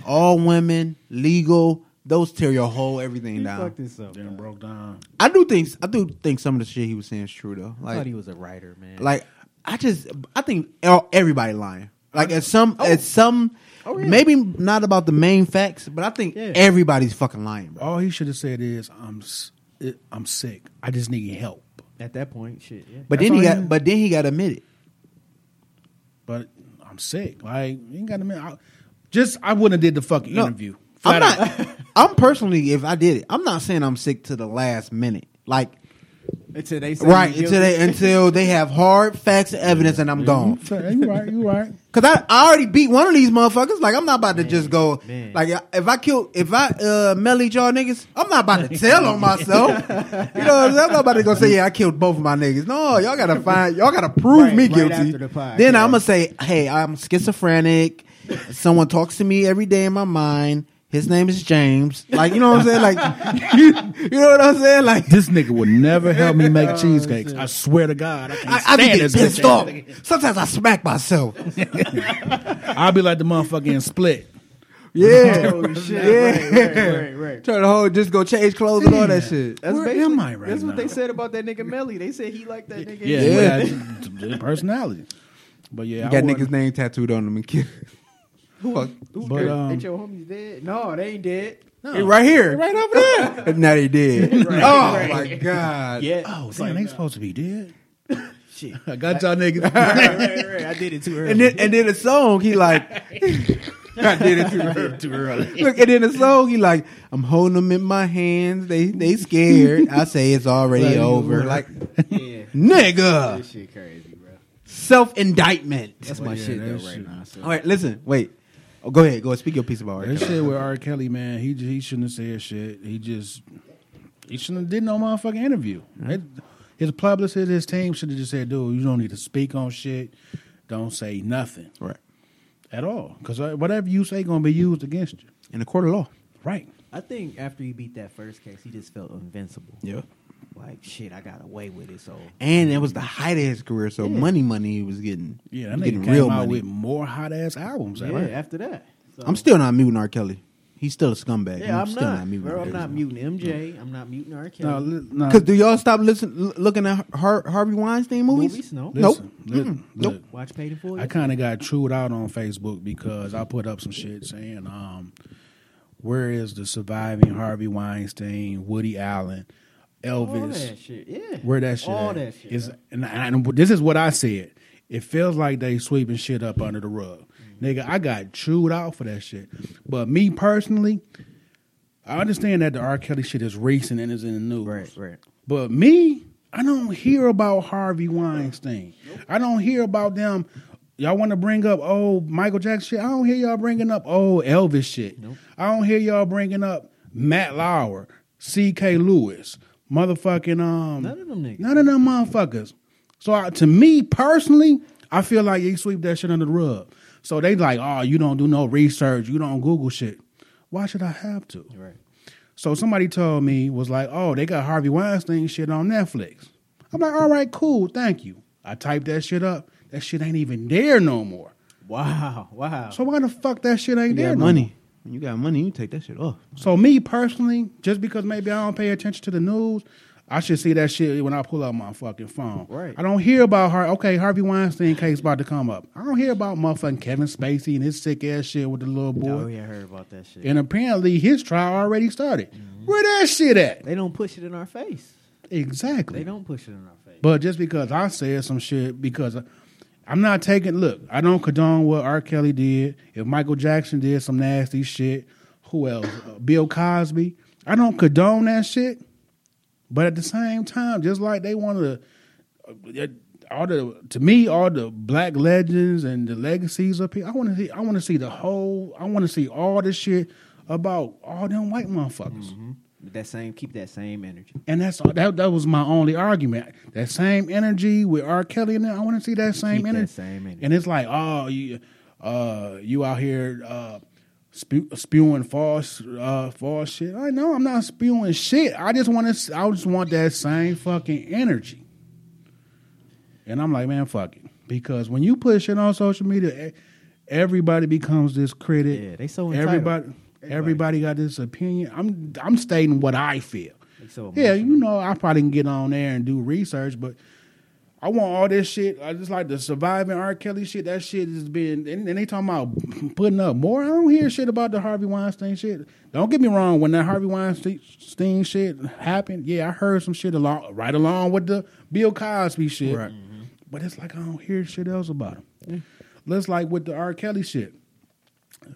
A: all women, legal. Those tear your whole everything
C: he
A: down.
C: fucked himself.
B: Then
C: dog.
B: broke down.
A: I do think I do think some of the shit he was saying is true though.
C: I thought he
A: Like
C: was a writer, man.
A: like I just I think el- everybody lying. Like at some at some
C: Oh, yeah.
A: maybe not about the main facts, but I think
C: Yeah.
A: everybody's fucking lying, bro.
B: All he should have said is, "I'm, s- it- I'm sick. I just need help."
C: At that point, shit. Yeah.
A: But
B: That's
A: then he
B: all
A: got
B: you-
A: but then he got admitted.
B: But I'm sick. Like, you ain't got a minute. I, just I wouldn't have did the fucking
A: No,
B: interview.
A: I'm
B: Flat out.
C: <laughs>
B: <laughs>
A: not I'm personally if I did it, I'm not saying I'm sick to the last minute. Like
C: until they say
A: right
C: you
A: until
C: guilty. Mm-hmm.
A: they until they have hard facts and evidence and I'm gone.
B: Yeah, You right. You right.
A: Cause I, I already beat one of these motherfuckers. Like I'm not about to just go.
C: man.
A: Like if I kill, if I uh, melee y'all niggas, I'm not
C: <laughs>
A: about to tell on myself. You know, what I'm, saying? I'm not about to go say yeah I killed both of my niggas. No, y'all
C: <laughs>
A: gotta find, y'all gotta prove
C: Right,
A: me
C: right
A: guilty.
C: after the pod,
A: then
C: yeah.
A: I'm gonna say, hey, I'm schizophrenic. Someone talks to me every day in my mind. His name is James. Like you know what I'm saying? Like <laughs> you, you know what I'm saying? Like
B: This nigga would never help me
A: <laughs>
B: make cheesecakes. I swear to God, I can't
A: Oh, I, I
B: stand
A: be getting
B: this
A: pissed
B: bitch.
A: off. Sometimes I smack myself.
B: I'll be like the motherfucker in Split.
A: <laughs>
B: <laughs>
A: Yeah.
C: Oh shit!
A: Yeah.
C: Right, right, right, right.
A: Trying to hold, just go change clothes and all that shit.
C: That's
B: Where
C: basically-
B: am I right
C: That's what
B: now?
C: they said about that nigga Melly. They said he liked that nigga.
B: Yeah,
A: Yeah.
B: yeah. personality. But yeah, I
A: Got
B: wouldn't-
A: niggas' name tattooed on them and <laughs> killed. Fuck.
C: Who,
B: But,
C: they-
B: um,
C: they your homies dead? No, they ain't dead.
A: It Right here. Right over there. <laughs> now they did. oh
C: Right.
A: my God.
C: Yeah. <laughs>
B: Oh, damn, they supposed to be dead.
C: Shit.
B: I got
A: <laughs>
B: y'all niggas.
C: right, right, right. I did it too early.
A: And then and then the song, he like <laughs> I did it too early.
B: Too early.
A: Look, and then the song, he like, I'm holding them in my hands. They they scared. I say it's already
B: Like,
A: over.
B: over.
A: Like,
C: yeah.
A: nigga.
C: This shit crazy, bro.
A: Self indictment.
C: That's my
B: yeah,
C: Oh, shit though
B: that
C: right
B: shit.
C: now. So.
A: All right, listen, wait. Oh, go ahead, go ahead. Speak your piece about
B: That
A: it.
B: shit with R. Kelly, man, he he shouldn't have said shit. He just he shouldn't have did no motherfucking interview. That- his publicist, his team should have just said, "Dude, you don't need to speak on shit. Don't say nothing
A: Right.
B: at all, because whatever you say gonna be used against you."
A: In the court of law.
B: Right?
C: I think after he beat that first case, he just felt invincible.
A: Yeah.
C: Like shit, I got away with it. So
A: and it was the height of his career. So money, money he was getting.
B: Yeah,
A: he
B: that
A: was
B: nigga
A: getting
B: came
A: real
B: out
A: money.
B: with more hot ass albums.
C: yeah,
B: Right?
C: after that, so-
A: I'm still not muting R. Kelly. He's still a scumbag.
C: Yeah, I'm,
A: still
C: not.
A: muting
C: bro,
A: R.
C: I'm
A: Kelly.
C: not muting MJ. I'm not muting R. Kelly.
B: No, li- no.
A: Cause do y'all stop listen, l- looking at Har- Harvey Weinstein movies?
C: Movies? No.
A: Nope.
B: Listen, li- look,
A: Nope.
C: Watch Paid in Full.
B: I kind of got chewed out on Facebook because I put up some shit saying, um, "Where is the surviving Harvey Weinstein, Woody Allen,
C: All
B: Elvis?
C: that shit. Yeah.
B: Where that shit?
C: All
B: at?
C: that shit.
B: It's- and, I- and this is what I said. It feels like they sweeping shit up under the rug.
C: Mm-hmm.
B: Nigga, I got chewed out for that shit. But me personally, I understand that the R. Kelly shit is recent and is in the news.
C: Right, right.
B: But me, I don't hear about Harvey Weinstein. I don't hear about them. Y'all want to bring up oh Michael Jackson shit? I don't hear y'all bringing up oh Elvis shit.
C: Nope.
B: I don't hear y'all bringing up Matt Lauer, C.K. Lewis, motherfucking um.
C: None of them niggas.
B: None of them motherfuckers. So I, to me personally, I feel like you sweep that shit under the rug. So they like, oh, you don't do no research, you don't Google shit. Why should I have to?
C: Right.
B: So somebody told me was like, "Oh, they got Harvey Weinstein shit on Netflix." I'm like, "All right, cool, thank you." I typed that shit up. That shit ain't even there no more.
C: Wow, <laughs> wow.
B: So why the fuck that shit ain't
A: You
B: there?
A: got
B: no
A: money. When you got money, you take that shit
B: <laughs>
A: off.
B: more? So me personally, just because maybe I don't pay attention to the news, I should see that shit when I pull out my fucking phone.
C: Right.
B: I don't hear about her. Okay, Harvey Weinstein case about to come up. I don't hear about motherfucking Kevin Spacey and his sick ass shit with the little boy.
C: oh yeah, I heard about that shit.
B: And apparently his trial already started. Where that shit at?
C: they don't push it in our face.
B: Exactly.
C: They don't push it in our face.
B: But just because I said some shit, because I- I'm not taking. Look, I don't condone what R. Kelly did. If Michael Jackson did some nasty shit, who else? Uh, Bill Cosby. I don't condone that shit. But at the same time, just like they want to, uh, all the to me, all the black legends and the legacies of people. I want to see. I want to see the whole. I want to see all this shit about all them white motherfuckers.
C: But that same, keep that same energy.
B: And that's that. That was my only argument. That same energy with R. Kelly and I want to see that same
C: Keep that
B: energy.
C: same energy.
B: And it's like, oh, you, uh, you out here uh, spew, spewing false, uh, false shit. I know I'm not spewing shit. I just want to. I just want that same fucking energy. And I'm like, man, fuck it. Because when you put shit on social media, e- everybody becomes this critic.
C: Yeah, they so entitled.
B: everybody, everybody, got this opinion. I'm, I'm stating what I feel.
C: They so
B: Yeah,
C: emotional.
B: you know, I probably can get on there and do research, but I want all this shit. I just like the surviving R. Kelly shit. That shit has been, and, and they talking about putting up more. I don't hear shit about the Harvey Weinstein shit. Don't get me wrong. When that Harvey Weinstein shit happened, yeah, I heard some shit along right along with the Bill Cosby shit.
A: Right.
B: But it's like I don't hear shit else about him. Looks like with the R. Kelly shit.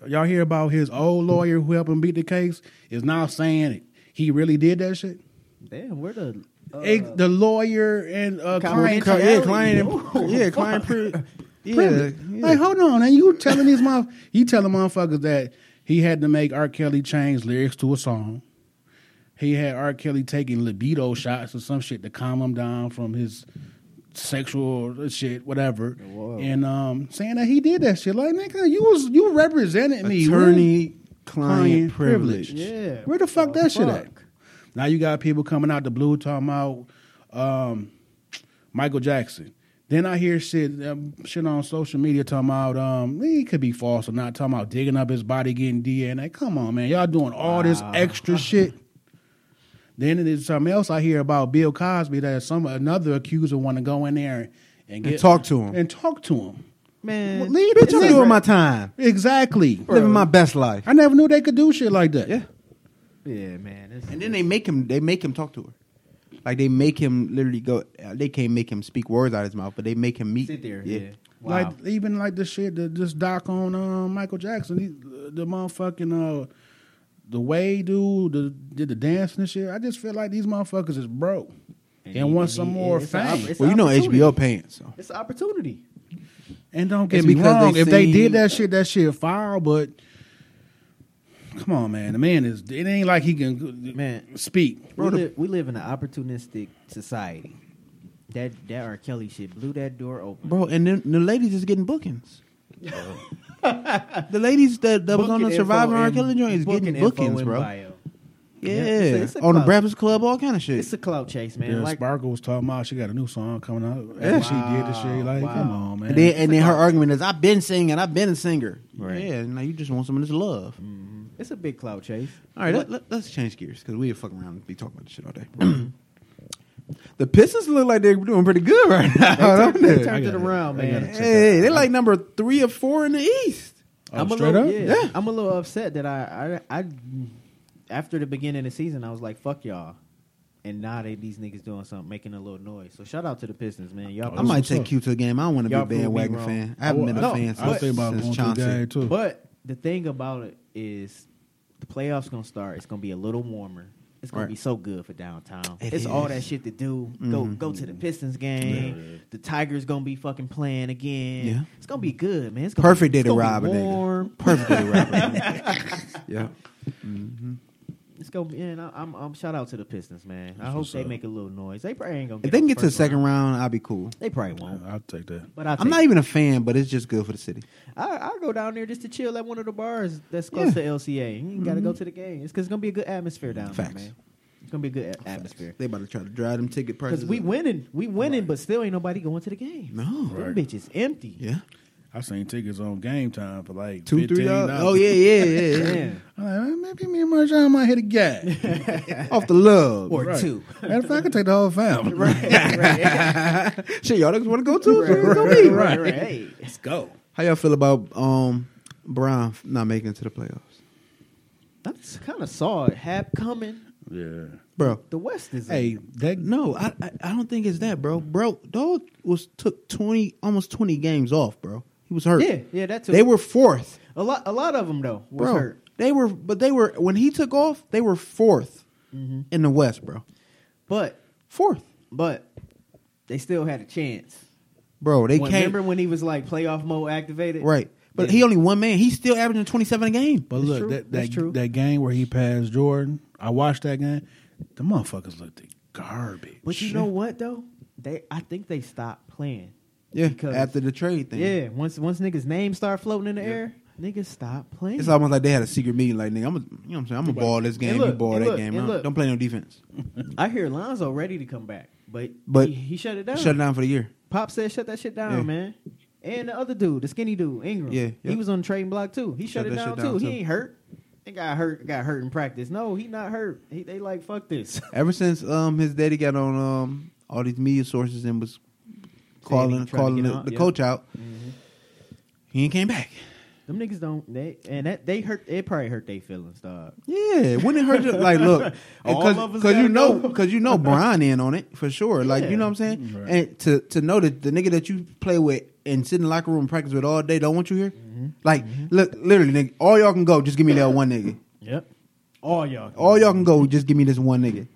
B: Y'all hear about his old lawyer who helped him beat the case is now saying it. he really did that shit.
C: Damn, where the uh,
B: Ex- the lawyer and uh, client.
A: Cli- yeah,
C: Fidelity.
A: client.
C: Oh,
A: and- yeah, <laughs> client. Pre- yeah,
B: <laughs> privilege.
A: yeah.
B: Like, hold on, and you telling these mother, you telling motherfuckers that he had to make R. Kelly change lyrics to a song. He had R. Kelly taking libido shots or some shit to calm him down from his sexual shit, whatever,
C: Whoa.
B: and um, saying that he did that shit. Like, nigga, you was you represented me,
A: attorney client
B: Client privilege.
A: privilege.
C: yeah.
B: Where the fuck
C: Oh,
B: that shit at?
C: fuck.
B: Now you got people coming out the blue talking about um, Michael Jackson. Then I hear shit um, shit on social media talking about um, he could be false or not. Talking about digging up his body, getting DNA. Come on, man, y'all doing all this
C: Wow.
B: extra shit. Then there's something else I hear about Bill Cosby that some another accuser want to go in there and, get,
A: talk to him.
B: and talk to him.
C: Man,
B: Well, leave
A: Bitch, I'm
B: Right.
A: doing my time,
B: Exactly.
A: living my best life.
B: I never knew they could do shit like that.
A: Yeah.
C: yeah, man. It's,
A: And then they make him. They make him talk to her. Like they make him literally go. uh, They can't make him speak words out of his mouth, but they make him meet.
C: sit there. Yeah. Wow.
B: Like even like the shit that this doc on uh, Michael Jackson, he, the motherfucking uh, the way dude the, did the dancing and shit. I just feel like these motherfuckers is broke and,
C: he-
B: want
C: and
B: some
C: he-
B: more
C: it's a-
B: fame.
C: it's
A: Well, you know
C: opportunity.
A: HBO paying, so
C: It's an opportunity.
B: and don't get
A: and
B: me
A: because they
B: wrong, if they
A: seen-
B: did that shit, that shit foul. But come on, man, the man is. It ain't like he can
C: Man.
B: speak.
C: We, li- we live in an opportunistic society. That that R. Kelly shit blew that door open.
A: bro. And then the ladies is getting
C: <laughs>
A: bookings. the ladies that, that was on the
C: Booking
A: Survivor
C: info
A: R.
C: and-
A: Kelly joint is
C: booking
A: getting
C: info
A: bookings,
C: and
A: bro.
C: bio.
A: Yeah,
C: It's a- it's a
A: on the
C: clout.
A: Breakfast Club, all kind of shit.
C: It's a clout chase, man.
B: Yeah,
C: like
B: Sparkle was talking about she got a new song coming out.
A: Yeah.
B: And she did the shit. Like,
C: Wow.
B: come on, man.
A: and then, and then her argument is, "I've been singing, I've been a singer."
C: Right.
A: Yeah, now you just want someone that's love.
C: it's a big clout chase.
A: All right, let, let, us change gears because we fucking around and be talking about this shit all day. the Pistons look like they're doing pretty good right now.
C: They turned,
A: don't they?
C: they turned
B: I
C: it
B: gotta-
C: around,
B: I gotta
C: man.
B: check
A: hey, they're like number three or four in the East.
B: Oh,
C: I'm a
B: straight
C: little,
B: up?
C: Yeah,
A: Yeah.
C: I'm a little upset that I, I, I, after the beginning of the season, I was like, "Fuck y'all." and now they these niggas doing something, making a little noise. So shout out to the Pistons, man. Y'all,
B: I
A: I
B: That's
A: might
B: what's
A: take
B: up.
A: you to a game. I don't want to be a
C: Y'all proved me
A: bandwagon
C: wrong.
A: fan. I haven't
B: wa-
A: been a
C: no,
A: fan
B: I was
A: since,
B: thinking about
A: since
B: going to the game
A: Chauncey.
B: too.
C: But the thing about it is, the playoffs gonna start. It's gonna be a little warmer. It's gonna
A: Right.
C: be so good for downtown.
A: It
C: it's
A: is.
C: all
A: Mm-hmm.
C: that shit to do. Go go to the Pistons game. The Tigers gonna be fucking playing again.
A: Yeah.
C: It's gonna be good, man. It's gonna
A: Perfect day
C: be, it's
A: to
C: gonna
A: rob a
C: be
A: nigga.
C: warm.
A: Perfect day to rob a nigga. Yeah.
C: It's gonna be. And I, I'm, I'm shout out to the Pistons, man. I hope
B: what's
C: they
B: up.
C: make a little noise. They probably ain't gonna. Get
A: If they can
C: the
A: get to the
C: first
A: second
C: round.
A: round, I'll be cool.
C: they probably won't.
B: I'll take that.
C: But I
A: I'm not even a fan, but it's just good for the city.
C: I, I go down there just to chill at one of the bars that's close
A: Yeah. Mm-hmm.
C: to LCA. You ain't got to go to the game. It's because it's gonna be a good atmosphere down
A: Facts.
C: there, man. It's gonna be a good a- atmosphere
A: They about to try to drive them ticket prices.
C: because we
A: up.
C: winning, we winning, but still ain't nobody going to the game.
A: No.
C: them
B: Right.
C: bitches empty.
A: Yeah.
B: I seen tickets on game time for like
A: Two, three
B: $15.
A: dollars. Oh yeah, yeah, yeah. yeah.
C: Damn.
A: <laughs>
B: I'm like, "Man, maybe me and my John might hit a <laughs> guy.
A: Off the love.
C: Or two.
B: Matter of fact, I could take the whole family.
C: right, <laughs> right,
A: <laughs> Shit, y'all niggas want to go too? So let's go
C: right,
A: meet.
C: right, right. Hey,
B: Let's go.
A: How y'all feel about um Brown f- not making it to the playoffs,
C: I kind of saw it hap coming.
B: <laughs> Yeah.
A: bro?
C: The West is
A: Hey, that no, I, I I don't think it's that, bro. Bro, dog was took twenty almost twenty games off, bro. He was hurt.
C: yeah, yeah, that's
A: they were fourth,
C: a lot. A lot of them though was
A: bro.
C: hurt.
A: They were, but they were when he took off, they were 4th in the West, bro.
C: But
A: Fourth,
C: but they still had a chance.
A: bro. They
C: When-
A: came
C: remember when he was like playoff mode activated?
A: right, but
C: Yeah.
A: he only one man. He's still averaging twenty seven a game.
B: But
C: That's
B: look,
C: true.
B: that
C: That's
B: that,
C: true.
B: that game where he passed Jordan, I watched that game. The motherfuckers looked like garbage.
C: But you know what though? They I think they stopped playing.
A: Yeah,
C: Because-
A: after the trade thing.
C: Yeah, once once niggas' names start floating in the air, niggas stop playing.
A: It's almost like they had a secret meeting. Like, nigga, I'm, a, you know, what I'm saying, I'm gonna ball this game. you
C: look,
A: ball
C: and
A: that
C: look,
A: game.
C: and
A: I
C: look.
A: Don't, don't play no defense.
C: I hear Lonzo ready to come back, but
A: But-
C: he, he shut it down.
A: Shut it down for the year.
C: Pop said shut that shit down,
A: Yeah.
C: man. And the other dude, the skinny dude, Ingram.
A: Yeah,
C: he
A: yep.
C: was on the trading block too. He shut,
A: Shut
C: it
A: that
C: down,
A: shit
C: too.
A: down,
C: He
A: too.
C: ain't hurt. They got hurt. Got hurt in practice. No, he not hurt. He, they like fuck this. <laughs>
A: Ever since um his daddy got on um all these media sources and was calling
C: trying to
A: calling
C: get
A: the,
C: out,
A: the
C: yeah.
A: coach out, Mm-hmm. he ain't came back.
C: Them niggas don't. They and that they hurt. It probably hurt their feelings, dog.
A: Yeah, when it <laughs> hurt, you- like look,
C: All
A: because
C: of us
A: you
C: gotta
A: know,
C: go.
A: because you <laughs> know, Brian in on it for sure. Like
C: Yeah.
A: you know what I'm saying.
B: Right.
A: And to to know that the nigga that you play with and sit in the locker room and practice with all day don't want you here. Like look, literally, nigga, all y'all can go. Just give me that one nigga.
C: Yep. All y'all.
A: All y'all can go. Just give me this one nigga.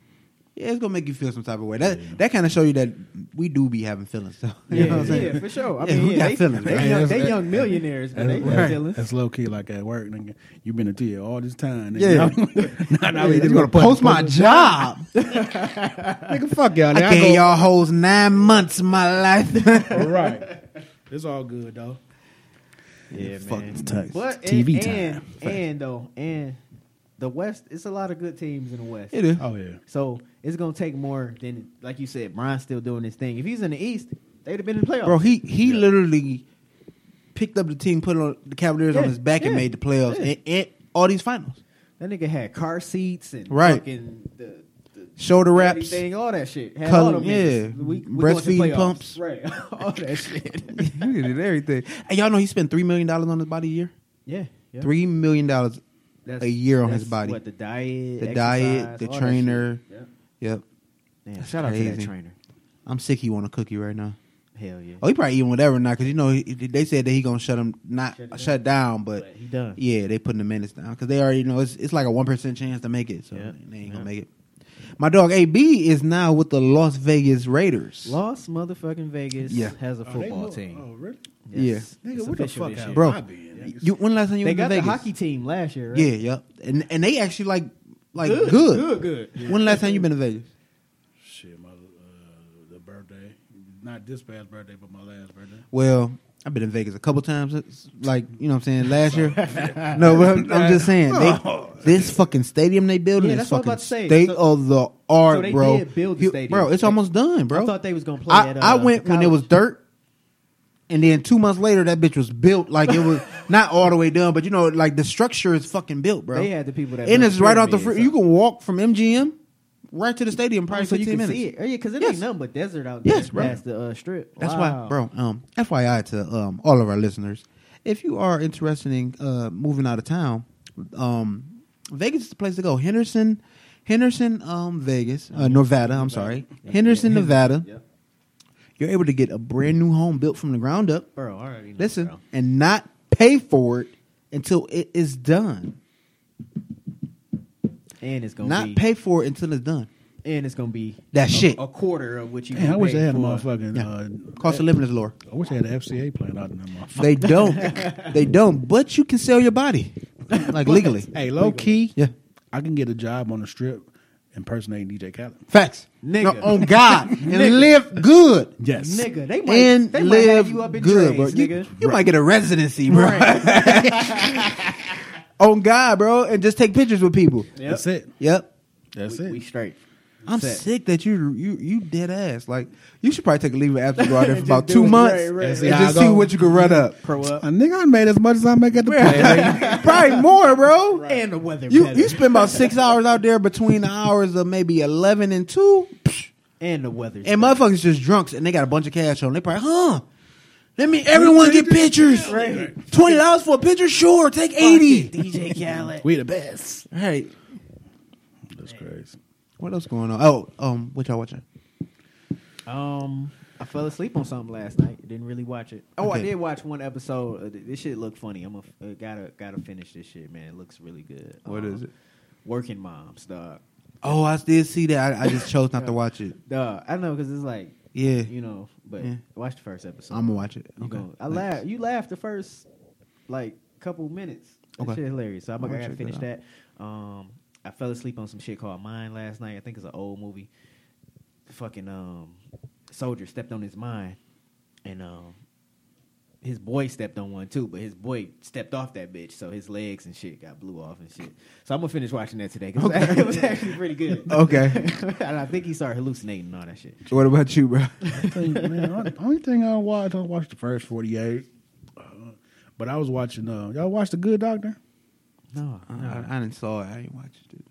A: Yeah, it's gonna make you feel some type of way. That that kind of show you that we do be having feelings. So, <laughs> you
C: Yeah,
A: know what I'm saying?
C: yeah, for sure. I
A: Yeah,
C: mean,
A: we
C: yeah,
A: got
C: they,
A: feelings,
C: they,
A: right?
C: young,
B: That's-
C: they
B: that-
C: young millionaires, but they
B: That's,
C: got feelings.
B: that's low key like at work, nigga. You've been a TA all this time, <laughs> nigga.
A: Yeah.
C: <laughs>
B: nah, nah,
A: Yeah,
B: we
A: you
B: just
A: gonna
B: gonna put-
A: post my
B: put-
A: job?
B: nigga. Fuck y'all.
A: I
B: nigga. I
A: gave
B: go-
A: y'all hoes nine months of my life. <laughs>
B: <laughs> All right. It's all good though.
C: Yeah,
A: Fuck
C: man.
A: the Titans.
C: But
B: TV
C: and,
B: time.
C: and,
B: Fact.
C: and though, and the West, it's a lot of good teams in the West.
A: It is.
B: Oh yeah.
C: So it's gonna take more than, like you said, Brian's still doing his thing. If he's in the East, they'd have been in the playoffs.
A: Bro, he he literally picked up the team, put it on the Cavaliers on
C: Yeah,
A: his back, and
C: yeah,
A: made the playoffs
C: yeah.
A: and, and all these finals.
C: that nigga had car seats and
A: Right.
C: fucking the, the
A: Shoulder wraps.
C: everything, <laughs> all that shit. Had
A: Color-
C: all them niggas.
A: yeah.
C: we, we going to
A: Breastfeeding
C: playoffs.
A: pumps.
C: right? <laughs> all
A: <laughs>
C: that shit.
A: he did everything. And y'all know he spent three million dollars on his body a year.
C: yeah, yeah.
A: Three million dollars.
C: That's-
A: a year on
C: that's
A: his body.
C: What the diet,
A: The diet,
C: exercise,
A: the
C: all that
A: trainer.
C: shit. Yep.
A: Yep.
C: Man,
A: That's
C: shout out to that
A: crazy.
C: trainer.
A: I'm sick. He want a cookie right now.
C: Hell yeah.
A: Oh, he probably eating whatever now because you know he, they said that he gonna shut him not
C: Shut it
A: shut down,
C: down.
A: but,
C: But he done.
A: yeah, they putting the minutes down because they already know it's it's like a one percent chance to make it, so
C: Yeah.
A: they ain't gonna
C: Yeah.
A: make it. My dog AB is now with the Las Vegas Raiders.
C: Lost motherfucking Vegas
A: Yeah.
C: has a
B: Are they
C: football
B: mo-
C: team.
B: Oh really?
C: Yes.
B: Nigga,
C: It's
B: what the
C: official
B: fuck
C: this year.
B: happened?
A: Bro,
B: I been, nigga.
A: you when the last time you
C: They
A: was
C: got
A: in
C: the
A: Vegas?
C: hockey team last year, right?
A: Yeah, yep, and and they actually like like good.
C: Good, good. good.
A: When the last time you been to Vegas?
B: Shit, my uh, the birthday, not this past birthday, but my last birthday.
A: Well, I've been in Vegas a couple times. It's Like you know, what I'm saying last year. no, but I'm, I'm just saying they, this fucking stadium they building
C: Yeah,
A: is
C: that's what
A: fucking
C: I'm about to say.
A: state
C: So-
A: of the art,
C: so they
A: bro.
C: did build the
A: You-
C: stadium.
A: bro. It's
C: They-
A: almost done, bro.
C: I thought they was gonna play.
A: I,
C: at, uh,
A: I went when it was
C: college.
A: dirt, and then two months later that bitch was built like it
C: <laughs>
A: was not all the way done, but you know, like the structure is fucking built, bro.
C: They had the people that
A: and
C: built
A: it's
C: the
A: right off the free.
C: pyramids,
A: You
C: so-
A: can walk from MGM right to the stadium, probably
C: so you
A: 15
C: can
A: minutes.
C: see it. Oh, yeah, because it
A: Yes.
C: ain't nothing but desert out there.
A: Yes, bro.
C: Past the uh, strip.
A: That's
C: Wow.
A: why, bro. Um, FYI to um, all of our listeners, if you are interested in uh, moving out of town, um, Vegas is the place to go. Henderson Henderson, um, Vegas,
C: Mm-hmm.
A: uh, Nevada. I'm sorry, Henderson, Nevada.
C: Yep.
A: You're able to get a brand new home built from the ground up.
C: Bro, I already know.
A: Listen,
C: bro.
A: and not pay for it until it is done.
C: and it's gonna
A: Not
C: be,
A: pay for it until it's done.
C: and it's gonna be
A: That shit.
C: a quarter of what you.
B: Man, I wish they had a
C: motherfucker.
B: motherfucking.
A: Yeah.
B: Uh,
A: Cost of living is
C: <laughs>
A: lower.
B: I wish they had an FCA plan out in that motherfucker.
A: They don't. they don't. But you can sell your body, like
C: <laughs>
A: legally.
B: Hey, low key,
A: Yeah.
B: I can get a job on the strip impersonating DJ Khaled.
A: Facts.
C: Nigga.
A: No, on
C: <laughs>
A: God and
C: Nigga.
A: live good.
B: Yes,
C: Nigga, they might
A: And
C: they might
A: live
C: have you up in
A: good,
C: trades,
A: bro. You,
C: nigga.
A: you might get a residency, bro.
C: Right.
A: <laughs> on God, bro, and just take pictures with people.
C: Yep.
B: that's it.
A: Yep.
B: That's
C: we,
B: it.
C: we straight.
A: I'm
C: Set.
A: sick that you you you dead ass. Like you should probably take a leave of
C: <laughs>
A: absence right there for
C: Just
A: about
C: do
A: two
C: it.
A: months
C: Right, right,
A: and
B: right.
A: just
B: Yeah, I
A: see
B: go-
A: what you can run
C: <laughs>
A: up.
C: Pro up
B: a nigga, I made as much as I make at the play.
A: <laughs> probably more, bro.
C: and the weather.
A: You
C: better.
A: you spend about six hours out there between the hours of maybe eleven and two, psh,
C: and the weather.
A: and motherfuckers just drunks and they got a bunch of cash on. They probably huh. Let me everyone get pictures.
C: Right.
A: Twenty dollars for a picture, sure. Take eighty.
C: DJ Khaled.
B: <laughs> we the best.
A: Hey,
B: That's crazy.
A: what else going on? Oh, um, what y'all watching?
C: Um, I fell asleep on something last night. Didn't really watch it. Oh, I
A: Okay.
C: did watch one episode. Uh, th- This shit looked funny. I'm a, uh, gotta gotta finish this shit, man. It looks really good.
A: What
C: Um,
A: is it?
C: Working moms, dog.
A: Oh, I did see that. I, I <laughs> just chose not to watch it.
C: Dog. I know because it's like
A: Yeah.
C: you know. But
A: Yeah.
C: watch the first episode.
A: I'm gonna watch it.
C: You gonna- I
A: Thanks.
C: laugh. You laugh the first like couple minutes. That
A: Okay.
C: shit hilarious. So I'm
A: I'm
C: gonna
A: gonna
C: I gotta
A: check
C: finish
A: that
C: that. Um, I fell asleep on some shit called Mine last night. I think it's an old movie. Fucking um, soldier stepped on his mine, and um, his boy stepped on one too. But his boy stepped off that bitch, so his legs and shit got blew off and shit. So I'm gonna finish watching that <laughs> today because
A: Okay.
C: it was actually pretty good.
A: <laughs> Okay.
C: <laughs> and I think he started hallucinating and all that shit.
A: What about you, bro?
B: I think, man, I, only thing I watched, I watched the first forty eight. Uh, but I was watching. Uh, y'all watch the Good Doctor?
C: No,
A: <laughs> I, I didn't saw it. I didn't watch it.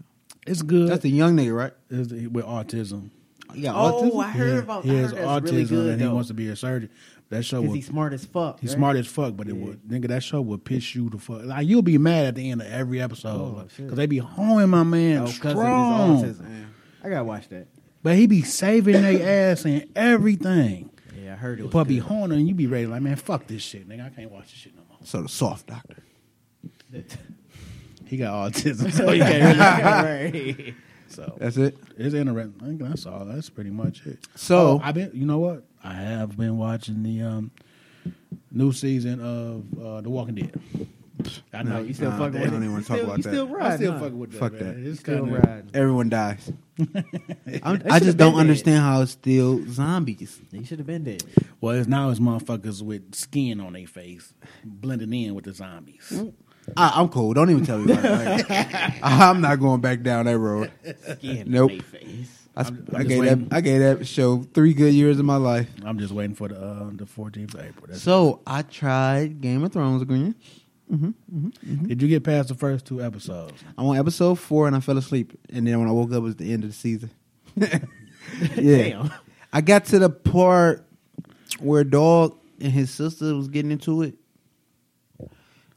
B: It's good.
A: That's the young nigga, right?
B: It's the- with autism.
A: Yeah.
C: Oh, I heard
B: Yeah,
C: about.
B: He
C: I
B: has
C: heard that's really
B: autism,
C: good,
B: and
C: though.
B: he wants to be a surgeon. That show
C: Because
B: was
C: he's smart as fuck.
B: He's
C: right?
B: smart as fuck, but it
C: Yeah.
B: would nigga that show would piss you the fuck. Like you'll be mad at the end of every episode
C: Oh, shit.
B: because they be honing my man
C: Oh, 'cause of his
B: strong,
C: autism. I gotta watch that.
B: but he be saving their ass and everything.
C: Yeah, I heard it.
B: But be honing, and you be ready like man, fuck this shit, nigga. I can't watch this shit no more.
A: So the soft doctor.
B: He got autism, so
C: <laughs>
B: he can't. Really, so
A: That's it.
B: it's interesting. I think that's all. That's pretty much it.
A: So-
B: Oh, I've been, you know what? I have been watching the um, new season of uh, The Walking Dead. I know
C: No, you still
A: Nah,
C: fucking
A: they
C: with
A: don't
C: it.
A: even
C: You
A: talk
C: still-
A: about
C: you
A: that.
C: Still
B: I still
C: riding, huh?
B: fucking with that.
A: Fuck
B: man.
A: that.
B: It's
C: Still
B: kinda-
C: riding.
A: Everyone dies. I'm,
C: They
A: I
C: should've
A: just don't
C: been dead.
A: understand how it's still zombies.
C: He should have been dead.
B: Well, it's now it's motherfuckers with skin on their face, blending in with the zombies.
A: Mm. I, I'm cool. Don't even tell me about
B: <laughs>
A: it. Like, I'm not going back down that road.
C: Skin
A: Nope.
C: play face.
A: I,
B: I'm-
A: I
B: I'm just
A: gave
B: waiting.
A: that, I gave that show three good years of my life.
B: I'm just waiting for the uh, the 14th of April. That's
A: So I tried Game of Thrones again. Mm-hmm.
B: it. Did you get past the first two episodes?
A: I'm on episode four and I fell asleep. And then when I woke up, it was the end of the
B: <laughs>
A: season. yeah.
C: Damn.
A: I got to the part where Dog and his sister was getting into it.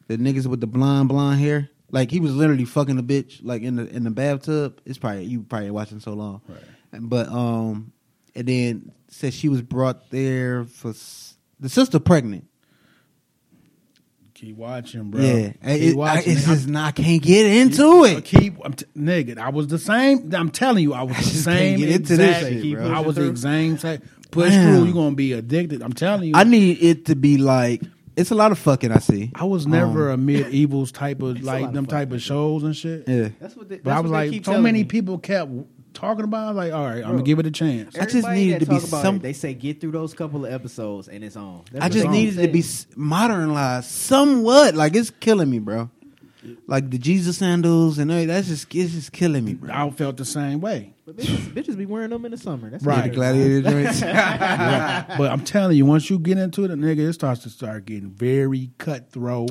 A: The niggas with the blonde blonde hair, like he was literally fucking a bitch, like in the in the bathtub. It's probably you probably watching so long, but um, and then said she was brought there for s- the sister pregnant.
B: Keep watching, bro.
A: Yeah,
B: keep
A: And it, I,
B: watching.
A: it's
B: I'm-
A: just not. I can't get into
B: I
A: it.
B: keep, I'm t- nigga. I was the same. I'm telling you,
A: <laughs>
B: I was the
A: just
B: same.
A: can't get into this
B: exact,
A: shit, Keep bro.
B: I was
C: pushing
B: the
C: through.
B: exact same. Push
A: Damn.
B: through, you gonna be addicted. I'm telling you.
A: I need it to be like it's a lot of fucking. I see.
B: I was never
A: Um,
B: a medievals type
C: <laughs>
B: of
C: It's a lot
B: like
C: of
B: them type
C: fucking
B: of shows and shit.
A: yeah.
C: That's what. They, that's
B: But I was
C: what they
B: like,
C: keep
B: so
C: telling
B: many
C: me.
B: people kept talking about. it. I was like, all right, I'm
C: Bro.
B: gonna give it a chance.
A: I just
C: Everybody
A: needed
C: that
A: to be
C: talk about it,
A: some-
C: They say get through those couple of episodes and it's on. That's
A: I
C: what
A: just
C: they
A: needed to
C: keep
A: be
C: saying.
A: s- modernized somewhat. Like it's killing me, bro. Like the Jesus sandals and everything, that's just it's just killing me, bro.
B: I felt the same way.
C: But bitches, bitches be wearing them in the summer. That's
A: Yeah,
B: Right.
A: the
C: weird.
B: <laughs>
A: gladiator joints.
B: But I'm telling you, once you get into it, nigga, it starts to start getting very cutthroat.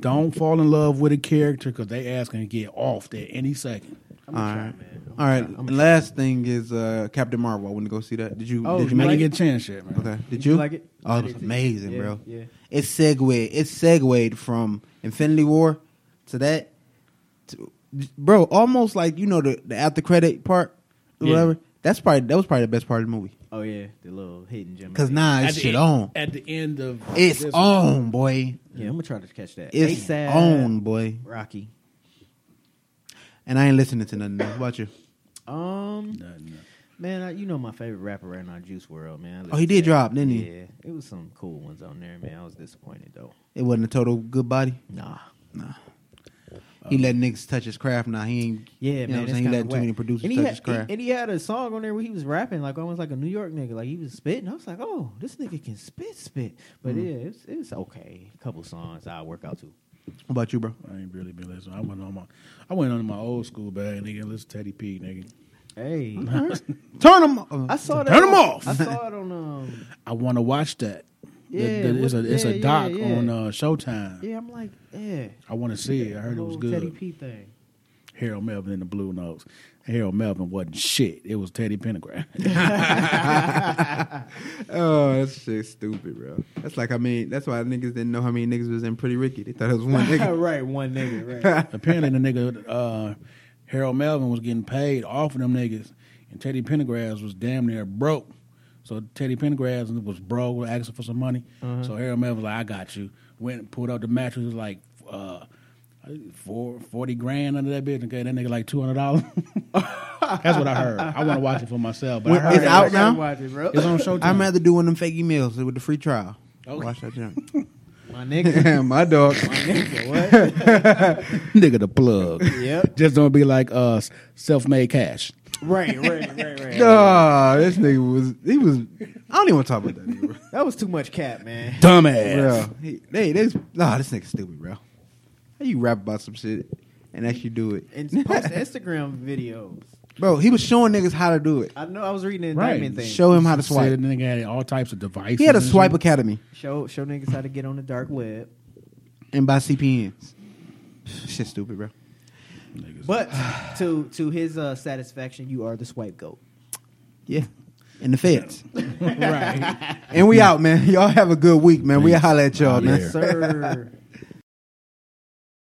B: Don't fall in love with a character because they ass can get off there any second.
C: I'm
A: All
C: gonna try,
A: right,
C: man.
A: all right. And last thing is uh, Captain Marvel. I want to go see that. Did you?
C: Oh,
A: did you
B: I
A: make
B: didn't
C: like-
B: get a chance yet, man.
A: it? Okay. Did
C: You
A: you?
C: like it?
A: Oh,
C: I
A: it was
C: did too.
A: amazing,
C: Yeah,
A: bro.
C: yeah.
A: It segued. It segued from Infinity War to that. To, bro, almost like you know the, the after credit part, or
B: Yeah.
A: whatever. That's probably that was probably the best part of the movie.
C: Oh yeah, the little hidden gem.
A: Cause
C: right
A: now
B: At
A: it's
B: the
A: shit
B: end-
A: on.
B: At the end of
A: It's
B: this one.
A: on, boy.
C: there. Yeah, I'm gonna try to catch that.
A: It's
C: ASAP
A: on, boy.
C: Rocky.
A: And I ain't listening to nothing. Else. What about you?
C: Um,
B: Nothing.
C: man, I, you know my favorite rapper right now, Juice World, man. I
A: Oh, he did
C: listened to that.
A: drop, didn't he?
C: Yeah, it was some cool ones on there, man. I was disappointed though.
A: It wasn't a total good body.
C: Nah.
A: He let niggas touch his craft. Now he ain't.
C: Uh, Yeah,
A: you know
C: man.
A: what I'm
C: it's
A: saying? He
C: kinda
A: let too
C: whack.
A: many producers
C: and he
A: touch
C: had,
A: his craft.
C: And he had a song on there where he was rapping like almost like a New York nigga. Like he was spitting. I was like, oh, this nigga can spit, spit. But
A: Mm.
C: yeah, it's it's okay. A couple songs I work out to.
A: what about you, bro?
B: I ain't really been listening. I went on my, I went on my old school bag, nigga. Listen, to Teddy P, nigga.
A: <laughs>
C: Hey,
A: Turn him. uh,
C: I saw that.
B: Turn 'em
C: on-
B: off.
C: I saw it on um.
B: I want to watch that. The-
C: Yeah,
B: the- it's a
C: what-
B: it's
C: yeah,
B: a
C: yeah,
B: doc
C: yeah.
B: on uh, Showtime.
C: Yeah, I'm like, yeah.
B: I want to see it. I heard it was
C: Whole Teddy
B: good.
C: P thing.
B: Harold Melvin and the Blue Notes. Harold Melvin wasn't shit. It was Teddy Pendergrass.
A: Oh, that shit's stupid, bro. That's like I mean, that's why niggas didn't know how many niggas was in Pretty Ricky. They thought it was one nigga.
C: <laughs> right, one nigga.
A: <laughs>
C: Right.
B: Apparently, the nigga uh, Harold Melvin was getting paid off of them niggas, and Teddy Pendergrass was damn near broke. So Teddy Pendergrass was broke, was asking for some money. So Harold Melvin was like, "I got you." Went and pulled out the mattress, it was like uh, four, 40 grand under that bitch, and gave that nigga like two hundred dollars. <laughs> That's what I heard. I want to watch it for myself, but I
A: Well,
B: heard
A: it's
B: it-
A: out now?
C: Watch it, bro.
B: It's on Showtime.
A: I'd rather do one of them fake emails with the free trial.
B: Okay.
A: Watch that jump. <laughs>
C: My nigga.
A: my dog.
C: what?
B: nigga the plug.
C: <laughs> Yep.
B: <laughs> Just don't be like uh, self-made cash.
C: Right, right, right,
A: <laughs>
C: right.
A: Ah, this nigga was he was. I don't even want to talk about that nigga. Bro.
C: That was too much cap, man.
B: Dumbass.
A: Bro, he, they they nah, this nigga stupid, bro. How you rap about some shit and actually do it?
C: And post Instagram videos.
A: bro, he was showing niggas how to do it.
C: I know I was reading the
B: Right.
C: indictment thing.
A: Show him how to
B: Said
A: swipe.
B: the nigga had all types of devices.
A: He had a
B: and
A: swipe
B: shit.
A: academy
C: Show show niggas how to get on the dark web.
A: and buy CPNs. Shit, stupid, bro.
B: Niggas.
C: But to to his uh, satisfaction, you are the swipe goat.
A: Yeah, and the feds.
B: right.
A: <laughs> And we out, man. <laughs> Y'all have a good week, man. We
B: Peace.
A: holla at y'all,
B: Holla
A: man.
B: Yeah.
C: Sir.